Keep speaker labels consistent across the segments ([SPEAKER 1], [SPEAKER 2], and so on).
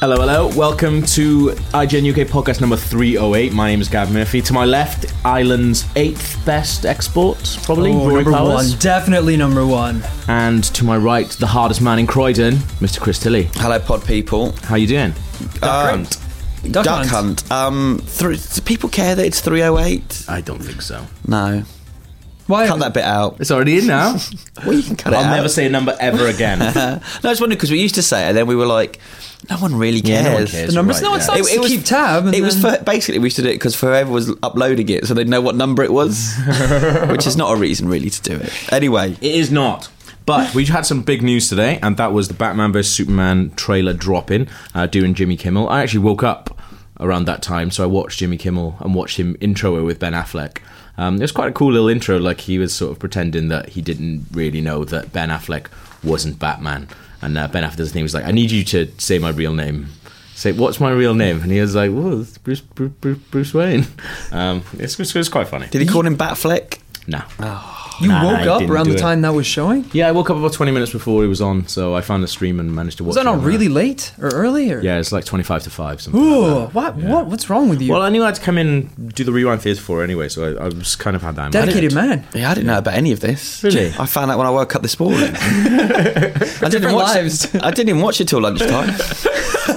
[SPEAKER 1] Hello, hello. Welcome to IGN UK podcast number 308. My name is Gav Murphy. To my left, Ireland's eighth best export, probably,
[SPEAKER 2] Oh,
[SPEAKER 1] Rory
[SPEAKER 2] number
[SPEAKER 1] Powers.
[SPEAKER 2] one, definitely number one.
[SPEAKER 1] And to my right, the hardest man in Croydon, Mr. Chris Tilly.
[SPEAKER 3] Hello, pod people.
[SPEAKER 1] How you doing?
[SPEAKER 3] Um,
[SPEAKER 2] Duck,
[SPEAKER 3] Duck
[SPEAKER 2] hunt.
[SPEAKER 3] Hunt. Um, thr do people care that it's 308?
[SPEAKER 1] I don't think so.
[SPEAKER 3] No.
[SPEAKER 2] Why?
[SPEAKER 3] Cut that bit out.
[SPEAKER 1] It's already in now.
[SPEAKER 3] Well, you can cut it
[SPEAKER 1] I'll
[SPEAKER 3] out.
[SPEAKER 1] never say a number ever again.
[SPEAKER 3] Uh, no, it's funny because we used to say it, and then we were like, no one really
[SPEAKER 1] Yeah,
[SPEAKER 3] cares.
[SPEAKER 1] no one cares.
[SPEAKER 2] the numbers?
[SPEAKER 1] Right,
[SPEAKER 2] no,
[SPEAKER 1] yeah.
[SPEAKER 2] it's not to keep tab. And
[SPEAKER 3] it was
[SPEAKER 2] then-
[SPEAKER 3] for, basically we used to do it because forever was uploading it, so they'd know what number it was, which is not a reason really to do it. Anyway,
[SPEAKER 1] It is not. But we had some big news today, and that was the Batman vs Superman trailer dropping, uh, doing Jimmy Kimmel. I actually woke up around that time, so I watched Jimmy Kimmel and watched him intro it with Ben Affleck. Um, it was quite a cool little intro, like he was sort of pretending that he didn't really know that Ben Affleck wasn't Batman, and uh, Ben Affleck's name was like, "I need you to say my real name." Say, what's my real name? And he was like, "Well, it's Bruce, Bruce, Bruce, Bruce Wayne." Um, it's, it's, it's quite funny.
[SPEAKER 3] did he call him Batfleck?
[SPEAKER 1] Nah.
[SPEAKER 2] you
[SPEAKER 1] Nah,
[SPEAKER 2] woke
[SPEAKER 1] I
[SPEAKER 2] up
[SPEAKER 1] didn't
[SPEAKER 2] around
[SPEAKER 1] do
[SPEAKER 2] the
[SPEAKER 1] it.
[SPEAKER 2] time that was showing.
[SPEAKER 1] Yeah, I woke up about 20 minutes before he was on, so I found the stream and managed to watch
[SPEAKER 2] Was that
[SPEAKER 1] it
[SPEAKER 2] not
[SPEAKER 1] on
[SPEAKER 2] really late or early? Or?
[SPEAKER 1] there. Yeah, it's like 25 to 5, something like that.
[SPEAKER 2] Ooh, what? What? What's wrong with you?
[SPEAKER 1] Well, I knew I had to come in do the Rewind Theatre for anyway, so I, I was kind of had that in mind.
[SPEAKER 2] Dedicated man.
[SPEAKER 3] Yeah, I didn't know about any of this.
[SPEAKER 1] Really?
[SPEAKER 3] I found out when I woke up this morning. I didn't
[SPEAKER 2] different
[SPEAKER 3] watch
[SPEAKER 2] lives.
[SPEAKER 3] It. I didn't even watch it till lunchtime.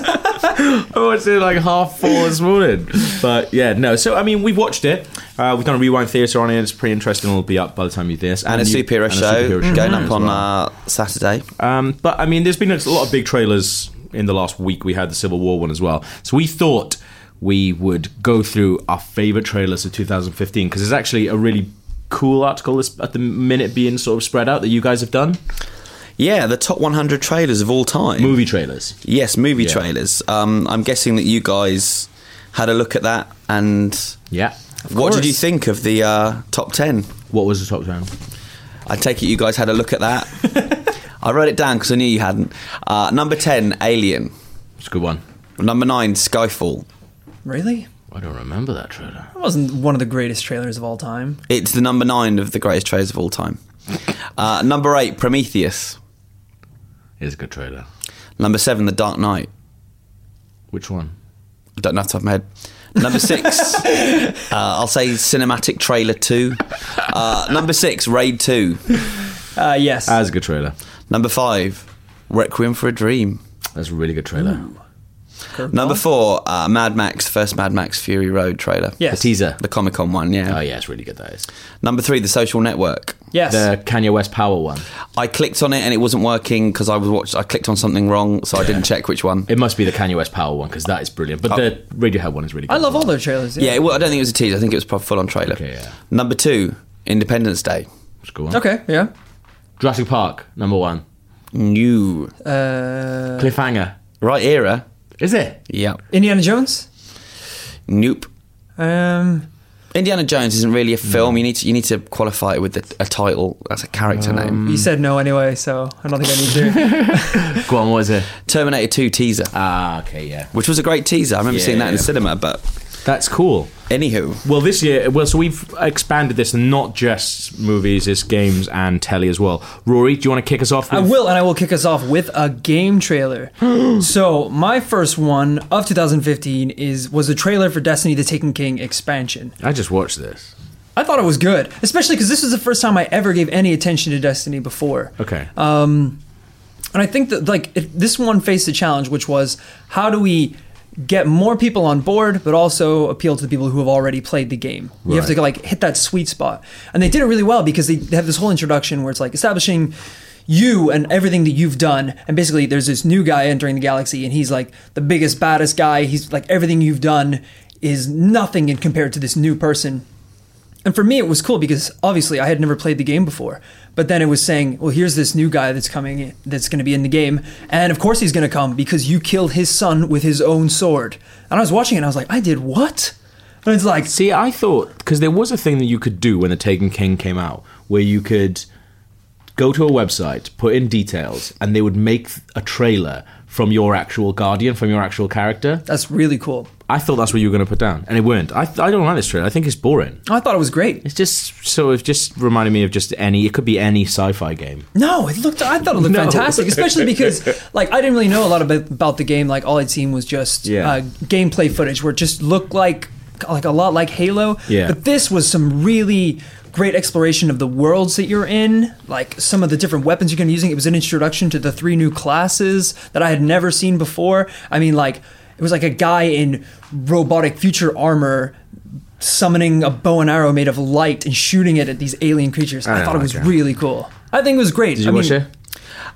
[SPEAKER 1] I watched it like half four this morning. But yeah, no. So, I mean, we've watched it. Uh, we've done a Rewind Theatre on it. It's pretty interesting. It'll be up by the time you do this.
[SPEAKER 3] and a
[SPEAKER 1] you-
[SPEAKER 3] superhero
[SPEAKER 1] and a
[SPEAKER 3] show
[SPEAKER 1] superhero
[SPEAKER 3] going
[SPEAKER 1] as
[SPEAKER 3] up on
[SPEAKER 1] well.
[SPEAKER 3] uh, Saturday.
[SPEAKER 1] Um, but I mean, there's been a lot of big trailers in the last week. We had the Civil War one as well. So we thought we would go through our favorite trailers of 2015 because there's actually a really cool article that's at the minute being sort of spread out that you guys have done.
[SPEAKER 3] Yeah, the top 100 trailers of all time.
[SPEAKER 1] Movie trailers.
[SPEAKER 3] Yes, movie
[SPEAKER 1] Yeah.
[SPEAKER 3] trailers. Um, I'm guessing that you guys had a look at that, and
[SPEAKER 1] Yeah.
[SPEAKER 3] what did
[SPEAKER 2] course.
[SPEAKER 3] you think of the uh, top 10?
[SPEAKER 1] What was the top channel?
[SPEAKER 3] I take it you guys had a look at that. I wrote it down because I knew you hadn't. Uh, number 10, Alien.
[SPEAKER 1] It's a good one.
[SPEAKER 3] Number 9, Skyfall.
[SPEAKER 2] Really?
[SPEAKER 1] I don't remember that trailer.
[SPEAKER 2] That wasn't one of the greatest trailers of all time.
[SPEAKER 3] It's the number 9 of the greatest trailers of all time. Uh, number 8, Prometheus.
[SPEAKER 1] It's a good trailer.
[SPEAKER 3] Number 7, The Dark Knight.
[SPEAKER 1] Which one?
[SPEAKER 3] I don't know off the top of my head. Number six, uh, I'll say cinematic trailer two. Uh, number six, Raid two.
[SPEAKER 2] Uh, yes.
[SPEAKER 1] That's a good trailer.
[SPEAKER 3] Number five, Requiem for a Dream.
[SPEAKER 1] That's a really good trailer.
[SPEAKER 2] Curveball?
[SPEAKER 3] Number four, uh, Mad Max, first Mad Max Fury Road trailer.
[SPEAKER 1] A
[SPEAKER 2] Yes.
[SPEAKER 1] teaser.
[SPEAKER 3] The Comic Con one, yeah.
[SPEAKER 1] Oh yeah, it's really good. That is
[SPEAKER 3] Number three, The Social Network.
[SPEAKER 2] Yes.
[SPEAKER 1] the Kanye West Power one.
[SPEAKER 3] I clicked on it and it wasn't working because I was watched. I clicked on something wrong, so I didn't check which one.
[SPEAKER 1] It must be the Kanye West Power one because that is brilliant. But the Radiohead one is really. good.
[SPEAKER 2] Oh. I love all their trailers.
[SPEAKER 3] Yeah, it, wa- I don't think it was a teaser. I think it was a full on trailer.
[SPEAKER 1] Okay, yeah.
[SPEAKER 3] Number two, Independence Day.
[SPEAKER 1] It's a good one.
[SPEAKER 2] Okay. Yeah.
[SPEAKER 1] Jurassic Park, number one.
[SPEAKER 3] New
[SPEAKER 2] Uh,
[SPEAKER 1] Cliffhanger.
[SPEAKER 3] right era.
[SPEAKER 1] Is it?
[SPEAKER 3] Yeah.
[SPEAKER 2] Indiana Jones.
[SPEAKER 3] Nope.
[SPEAKER 2] Um,
[SPEAKER 3] Indiana Jones isn't really a film. You need to you need to qualify it with a, a title. That's a character name.
[SPEAKER 1] Mm.
[SPEAKER 2] you said no anyway, so I don't think I need to.
[SPEAKER 1] Go on, what is it?
[SPEAKER 3] Terminator Two teaser,
[SPEAKER 1] Ah, okay, yeah.
[SPEAKER 3] which was a great teaser. I remember seeing that in the
[SPEAKER 1] Yeah.
[SPEAKER 3] cinema. But
[SPEAKER 1] That's cool.
[SPEAKER 3] anywho,
[SPEAKER 1] Well, this year, well, so we've expanded this not just movies, it's games and telly as well. Rory, do you want to kick us off?
[SPEAKER 2] I
[SPEAKER 1] with-
[SPEAKER 2] will, and I will kick us off with a game trailer. so my first one of 2015 is was a trailer for Destiny: The Taken King expansion.
[SPEAKER 1] I just watched this.
[SPEAKER 2] I thought it was good, especially because this was the first time I ever gave any attention to Destiny before.
[SPEAKER 1] Okay.
[SPEAKER 2] And I think that like it, this one faced a challenge, which was how do we get more people on board, but also appeal to the people who have already played the game. You have
[SPEAKER 1] Right.
[SPEAKER 2] to like hit that sweet spot, and they did it really well because they, they have this whole introduction where it's like establishing you and everything that you've done and basically there's this new guy entering the galaxy and he's like the biggest baddest guy he's like everything you've done is nothing in compared to this new person and for me, it was cool because obviously I had never played the game before. But then it was saying, well, here's this new guy that's coming, in, that's going to be in the game. And of course he's going to come because you killed his son with his own sword. And I was watching it and I was like, I did what? And it's like,
[SPEAKER 1] See, I thought, because there was a thing that you could do when The Taken King came out, where you could go to a website, put in details, and they would make a trailer from your actual guardian, from your actual character.
[SPEAKER 2] That's really cool.
[SPEAKER 1] I thought that's what you were going to put down, and it weren't. I, I don't like this trailer. I think it's boring.
[SPEAKER 2] I thought it was great.
[SPEAKER 1] It's just sort of just reminded me of just any. It could be any sci-fi game.
[SPEAKER 2] No, it looked. I thought it looked
[SPEAKER 1] No.
[SPEAKER 2] fantastic, especially because like I didn't really know a lot about, about the game. Like all I'd seen was just
[SPEAKER 1] Yeah.
[SPEAKER 2] uh, gameplay footage where it just looked like like a lot like Halo.
[SPEAKER 1] Yeah.
[SPEAKER 2] But this was some really great exploration of the worlds that you're in, like some of the different weapons you're going to be using. It was an introduction to the three new classes that I had never seen before. I mean, like it was like a guy in robotic future armor summoning a bow and arrow made of light and shooting it at these alien creatures. I,
[SPEAKER 1] don't
[SPEAKER 2] thought it was
[SPEAKER 1] like that.
[SPEAKER 2] really cool. I think it was great.
[SPEAKER 1] Did you
[SPEAKER 2] I
[SPEAKER 1] watch
[SPEAKER 2] mean,
[SPEAKER 1] it?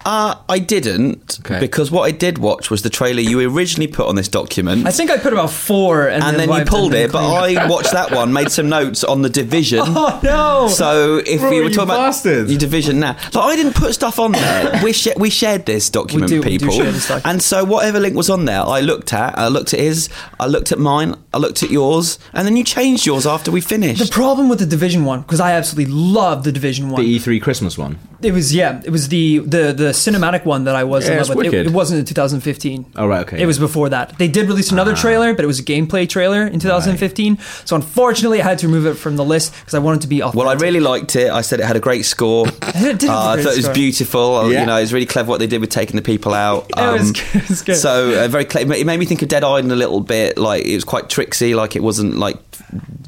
[SPEAKER 3] Uh, I didn't
[SPEAKER 1] Okay.
[SPEAKER 3] because what I did watch was the trailer you originally put on this document.
[SPEAKER 2] I think I put about four, and,
[SPEAKER 3] and then you
[SPEAKER 2] wiped
[SPEAKER 3] pulled
[SPEAKER 2] and
[SPEAKER 3] it, but
[SPEAKER 2] cleaned.
[SPEAKER 3] I watched that one, made some notes on the division.
[SPEAKER 2] oh no!
[SPEAKER 3] So if we
[SPEAKER 1] Rory,
[SPEAKER 3] were
[SPEAKER 1] you
[SPEAKER 3] talking about
[SPEAKER 1] bastard.
[SPEAKER 3] your division now, but I didn't put stuff on there. we sh- we shared this document,
[SPEAKER 2] do- we do
[SPEAKER 3] people,
[SPEAKER 2] share this document.
[SPEAKER 3] and so whatever link was on there, I looked at. I looked at his. I looked at mine. I looked at yours, and then you changed yours after we finished.
[SPEAKER 2] the problem with the Division One, because I absolutely love the Division One.
[SPEAKER 1] The E3 Christmas one.
[SPEAKER 2] it was yeah, it was the the the cinematic one that I was
[SPEAKER 1] Yeah,
[SPEAKER 2] in
[SPEAKER 1] it's
[SPEAKER 2] love with. It,
[SPEAKER 1] wicked.
[SPEAKER 2] it wasn't in 2015.
[SPEAKER 1] Oh, right, okay,
[SPEAKER 2] It
[SPEAKER 1] yeah.
[SPEAKER 2] was before that. They did release another
[SPEAKER 3] Ah.
[SPEAKER 2] trailer, but it was a gameplay trailer in 2015. So unfortunately, I had to remove it from the list because I wanted to be off.
[SPEAKER 3] well, I really liked it. I said it had a great score.
[SPEAKER 2] It did have a
[SPEAKER 3] Uh, I
[SPEAKER 2] great
[SPEAKER 3] thought it was
[SPEAKER 2] score.
[SPEAKER 3] beautiful. Uh,
[SPEAKER 1] Yeah.
[SPEAKER 3] You know, it's really clever what they did with taking the people out.
[SPEAKER 2] Yeah,
[SPEAKER 3] Um,
[SPEAKER 2] it was good, it was good.
[SPEAKER 3] So uh, very clever. It made me think of Dead Island a little bit. Like it was quite tricksy. Like it wasn't like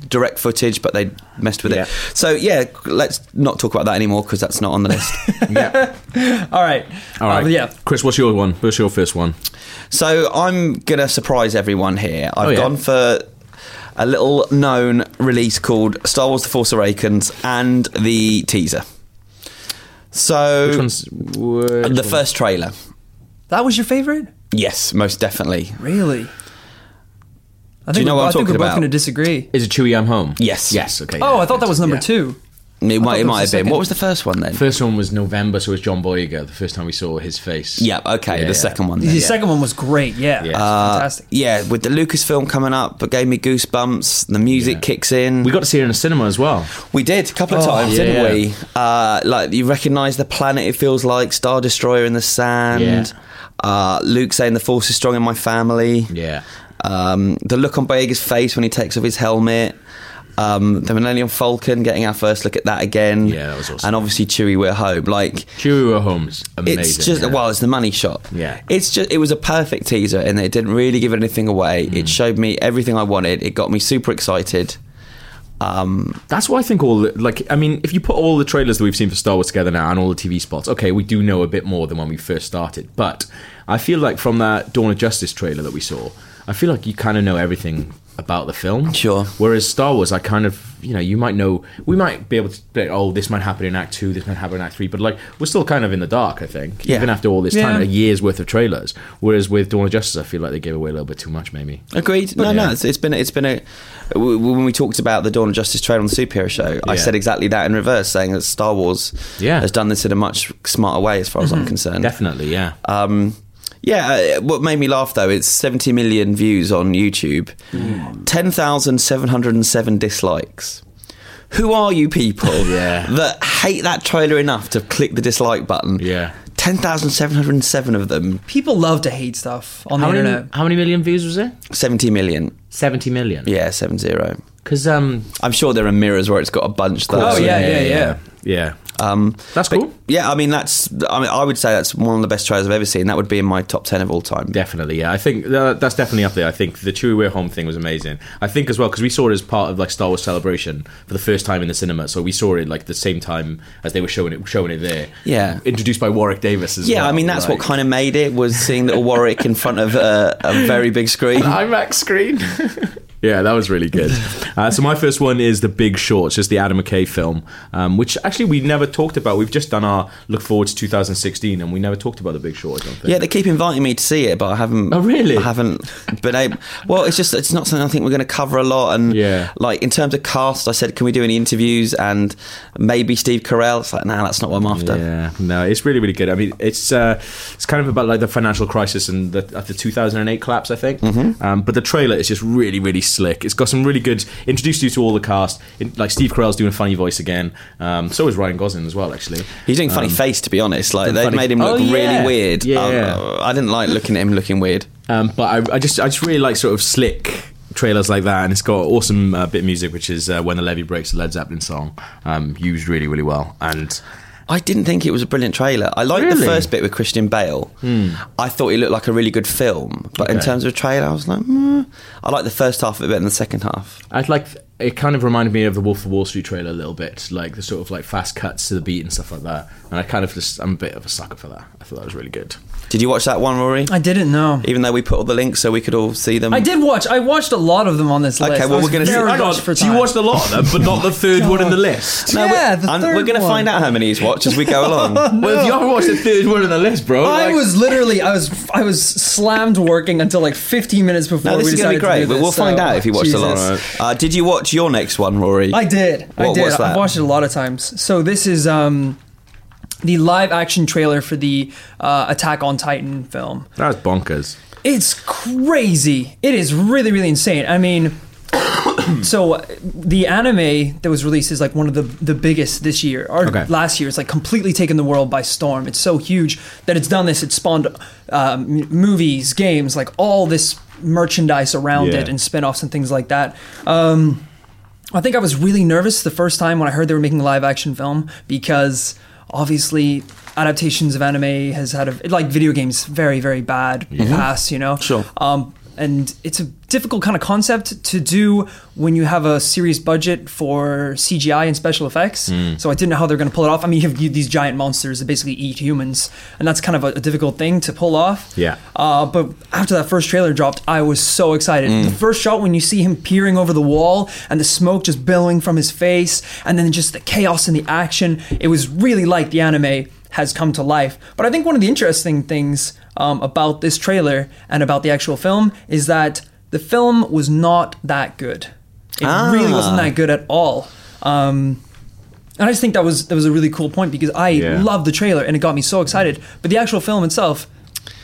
[SPEAKER 3] direct footage, but they messed with
[SPEAKER 1] Yeah.
[SPEAKER 3] it. So yeah, let's not talk about that anymore because that's not on the list.
[SPEAKER 1] Yeah.
[SPEAKER 2] all right,
[SPEAKER 1] All
[SPEAKER 2] Uh,
[SPEAKER 1] right.
[SPEAKER 2] but yeah.
[SPEAKER 1] Chris, what's your one? What's your first one?
[SPEAKER 3] So I'm gonna surprise everyone here. I've
[SPEAKER 1] Oh, yeah.
[SPEAKER 3] gone for a little known release called Star Wars: The Force Awakens and the teaser. So
[SPEAKER 1] Which one's which
[SPEAKER 3] the
[SPEAKER 1] one?
[SPEAKER 3] first trailer.
[SPEAKER 2] That was your favorite,
[SPEAKER 3] Yes, most definitely.
[SPEAKER 2] really? I think
[SPEAKER 3] you know
[SPEAKER 2] we're-
[SPEAKER 3] what I'm
[SPEAKER 2] I think we're
[SPEAKER 3] talking
[SPEAKER 2] both
[SPEAKER 3] about?
[SPEAKER 2] going to disagree.
[SPEAKER 1] Is it Chewy I'm Home?
[SPEAKER 3] Yes.
[SPEAKER 1] Yes. Okay.
[SPEAKER 2] Oh,
[SPEAKER 1] yeah,
[SPEAKER 2] I thought that was number
[SPEAKER 1] yeah.
[SPEAKER 2] two.
[SPEAKER 3] It might, it
[SPEAKER 2] that was
[SPEAKER 3] might have
[SPEAKER 2] the
[SPEAKER 3] been.
[SPEAKER 2] second.
[SPEAKER 3] What was the first one then?
[SPEAKER 1] First one was November, so it was John Boyega. The first time we saw his face.
[SPEAKER 3] yeah, okay,
[SPEAKER 1] Yeah,
[SPEAKER 3] the
[SPEAKER 1] yeah.
[SPEAKER 3] second one.
[SPEAKER 2] The
[SPEAKER 3] Then.
[SPEAKER 2] second one was great. Yeah,
[SPEAKER 1] Yeah.
[SPEAKER 3] Uh,
[SPEAKER 2] fantastic.
[SPEAKER 3] yeah, with the Lucasfilm coming up, it gave me goosebumps. The music
[SPEAKER 1] Yeah.
[SPEAKER 3] kicks in.
[SPEAKER 1] We got to see it in a cinema as well.
[SPEAKER 3] We did a couple of
[SPEAKER 2] Oh,
[SPEAKER 3] times,
[SPEAKER 1] yeah.
[SPEAKER 3] didn't we? Uh, like you recognise the planet. It feels like Star Destroyer in the sand.
[SPEAKER 1] Yeah.
[SPEAKER 3] Uh, Luke saying the Force is strong in my family.
[SPEAKER 1] Yeah.
[SPEAKER 3] Um, the look on Boyega's face when he takes off his helmet. Um, the Millennium Falcon getting our first look at that again.
[SPEAKER 1] Yeah, that was awesome.
[SPEAKER 3] And obviously Chewie, we're home. Like
[SPEAKER 1] Chewy Were Home's amazing.
[SPEAKER 3] it's just
[SPEAKER 1] yeah.
[SPEAKER 3] well, it's the money shot.
[SPEAKER 1] Yeah.
[SPEAKER 3] it's just it was a perfect teaser, and it didn't really give anything away.
[SPEAKER 1] Mm.
[SPEAKER 3] It showed me everything I wanted. It got me super excited. Um,
[SPEAKER 1] That's why I think all the- like I mean, if you put all the trailers that we've seen for Star Wars together now and all the TV spots, okay, we do know a bit more than when we first started. But I feel like from that Dawn of Justice trailer that we saw, I feel like you kind of know everything about the film.
[SPEAKER 3] Sure.
[SPEAKER 1] Whereas Star Wars, I kind of you know you might know we might be able to be like, oh this might happen in Act Two, this might happen in Act Three, but like we're still kind of in the dark. I think
[SPEAKER 3] Yeah.
[SPEAKER 1] even after all this
[SPEAKER 2] Yeah.
[SPEAKER 1] time, a year's worth of trailers. Whereas with Dawn of Justice, I feel like they gave away a little bit too much, maybe.
[SPEAKER 3] Agreed.
[SPEAKER 1] Yeah.
[SPEAKER 3] No, no. It's, it's been it's been a w- w- when we talked about the Dawn of Justice trailer on the superhero show, I
[SPEAKER 1] Yeah.
[SPEAKER 3] said exactly that in reverse, saying that Star Wars
[SPEAKER 1] Yeah. Mm-hmm.
[SPEAKER 3] has done this in a much smarter way, as far as I'm concerned.
[SPEAKER 1] Definitely, yeah.
[SPEAKER 3] Um, yeah, uh, what made me laugh though is 70 million views on YouTube, 10,707 dislikes. Who are you people
[SPEAKER 1] Yeah.
[SPEAKER 3] that hate that trailer enough to click the dislike button?
[SPEAKER 1] Yeah.
[SPEAKER 3] 10,707 of them,
[SPEAKER 2] People love to hate stuff on
[SPEAKER 1] how
[SPEAKER 2] the
[SPEAKER 1] many,
[SPEAKER 2] internet.
[SPEAKER 1] how many million views was it?
[SPEAKER 3] 70 million.
[SPEAKER 1] Seventy million.
[SPEAKER 3] Yeah, 70.
[SPEAKER 1] Because um,
[SPEAKER 3] I'm sure there are mirrors where it's got a bunch though.
[SPEAKER 2] Oh, yeah, yeah,
[SPEAKER 1] yeah,
[SPEAKER 2] yeah.
[SPEAKER 1] yeah.
[SPEAKER 3] Um,
[SPEAKER 1] That's
[SPEAKER 3] but
[SPEAKER 1] cool.
[SPEAKER 3] Yeah, I mean that's. I mean, I would say that's one of the best trailers I've ever seen. That would be in my top ten of all time.
[SPEAKER 1] Definitely, yeah. I think uh, that's definitely up there. I think the Chewie We're Home thing was amazing. I think as well because we saw it as part of like Star Wars Celebration for the first time in the cinema, so we saw it like the same time as they were showing it, showing it there.
[SPEAKER 3] Yeah.
[SPEAKER 1] introduced by Warwick Davis as
[SPEAKER 3] Yeah,
[SPEAKER 1] well.
[SPEAKER 3] I mean that's
[SPEAKER 1] like-
[SPEAKER 3] what kind of made it was seeing little Warwick in front of a, a very big screen.
[SPEAKER 1] IMAX screen. yeah, that was really good. Uh, so my first one is The Big Short, it's just the Adam McKay film, um, which actually we never talked about. We've just done our look forward to 2016, and we never talked about The Big Short. I don't think.
[SPEAKER 3] Yeah, they keep inviting me to see it, but I haven't.
[SPEAKER 1] Oh, really?
[SPEAKER 3] I haven't been able. Well, it's just it's not something I think we're going to cover a lot. And
[SPEAKER 1] Yeah.
[SPEAKER 3] like in terms of cast, I said, can we do any interviews and maybe Steve Carell? It's like, nah, that's not what I'm after.
[SPEAKER 1] Yeah, no, it's really really good. I mean, it's uh, it's kind of about like the financial crisis and the, of the 2008 collapse, I think. Um, but the trailer is just really really slick. It's got some really good. Introduced you to all the cast. In, like Steve Carell's doing a funny voice again. Um, so is Ryan Gosling as well, actually.
[SPEAKER 3] He's doing funny face, to be honest. Like they
[SPEAKER 1] Um, funny-
[SPEAKER 3] made him look
[SPEAKER 1] Oh, yeah.
[SPEAKER 3] really weird.
[SPEAKER 1] Yeah.
[SPEAKER 3] Um, I didn't like looking at him looking weird.
[SPEAKER 1] Um, but I, I just I just really like sort of slick trailers like that, and it's got awesome uh, bit of music, which is uh, when the levee breaks, the Led Zeppelin song, um, used really really well. And
[SPEAKER 3] I didn't think it was a brilliant trailer. I liked the
[SPEAKER 1] Really? Hmm.
[SPEAKER 3] first bit with Christian Bale. I thought he looked like a really good film, but in
[SPEAKER 1] Okay.
[SPEAKER 3] terms of a trailer, I was like, mm. I like the first half of it better than the second half.
[SPEAKER 1] I'd like it kind of reminded me of the Wolf of Wall Street trailer a little bit, like the sort of like fast cuts to the beat and stuff like that. And I kind of just I'm a bit of a sucker for that. I thought that was really good.
[SPEAKER 3] Did you watch that one, Rory?
[SPEAKER 2] I didn't know.
[SPEAKER 3] Even though we put all the links so we could all see them.
[SPEAKER 2] I did watch. I watched a lot of them on this list.
[SPEAKER 3] Okay, well,
[SPEAKER 2] I was
[SPEAKER 3] we're gonna see-
[SPEAKER 2] very
[SPEAKER 3] hang
[SPEAKER 2] much for
[SPEAKER 1] so you
[SPEAKER 2] time.
[SPEAKER 1] watched a lot of them, but not the third one in the list.
[SPEAKER 3] No, we're-
[SPEAKER 2] Yeah, the
[SPEAKER 3] I'm-
[SPEAKER 2] third
[SPEAKER 3] we're going to
[SPEAKER 2] one.
[SPEAKER 3] find out how many he's watched as we go along.
[SPEAKER 1] Well, if you haven't watched the third one in the list, bro,
[SPEAKER 2] I
[SPEAKER 1] like-
[SPEAKER 2] was literally, I was, I was slammed working until like 15 minutes before.
[SPEAKER 3] No, this
[SPEAKER 2] we
[SPEAKER 3] is going
[SPEAKER 2] decided
[SPEAKER 3] to be
[SPEAKER 2] to
[SPEAKER 3] great,
[SPEAKER 2] do
[SPEAKER 3] but
[SPEAKER 2] this,
[SPEAKER 3] we'll find
[SPEAKER 2] so-
[SPEAKER 3] out if he watched a lot.
[SPEAKER 2] Jesus.
[SPEAKER 3] Uh, did you watch your next one, Rory?
[SPEAKER 2] I did. I
[SPEAKER 3] What
[SPEAKER 2] did.
[SPEAKER 3] was that?
[SPEAKER 2] I watched it a lot of times. So this is um, the live action trailer for the uh, Attack on Titan film.
[SPEAKER 1] that was bonkers.
[SPEAKER 2] It's crazy. It is really, really insane. I mean, so uh, the anime that was released is like one of the the biggest this year or
[SPEAKER 1] Okay.
[SPEAKER 2] last year. It's like completely taken the world by storm. It's so huge that it's done this. It spawned um, m- movies, games, like all this merchandise around
[SPEAKER 1] Yeah.
[SPEAKER 2] it and spin-offs and things like that. Um, I think I was really nervous the first time when I heard they were making a live action film because obviously adaptations of anime has had a like video games very very bad past, you know.
[SPEAKER 3] Sure.
[SPEAKER 2] Um, and it's a difficult kind of concept to do when you have a serious budget for CGI and special effects. So I didn't know how they're going to pull it off. I mean, you have you- these giant monsters that basically eat humans, and that's kind of a, a difficult thing to pull off.
[SPEAKER 1] Yeah.
[SPEAKER 2] Uh, but after that first trailer dropped, I was so excited. The first shot when you see him peering over the wall and the smoke just billowing from his face, and then just the chaos and the action, it was really like the anime has come to life. But I think one of the interesting things um, about this trailer and about the actual film is that the film was not that good. It really wasn't that good at all. Um, and I just think that was that was a really cool point because I
[SPEAKER 1] Yeah.
[SPEAKER 2] loved the trailer and it got me so excited. But the actual film itself,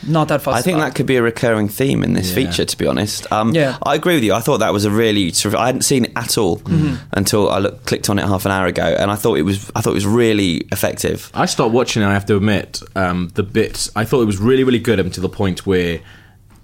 [SPEAKER 2] not that fussed.
[SPEAKER 3] I think
[SPEAKER 2] about.
[SPEAKER 3] that could be a recurring theme in this feature, to be honest. Um,
[SPEAKER 2] Yeah.
[SPEAKER 3] I agree with you. I thought that was a really. terrif- I hadn't seen it at all
[SPEAKER 2] Mm-hmm.
[SPEAKER 3] until I looked, clicked on it half an hour ago, and I thought it was. I thought it was really effective.
[SPEAKER 1] I stopped watching. it, I have to admit, um, the bit I thought it was really, really good up to the point where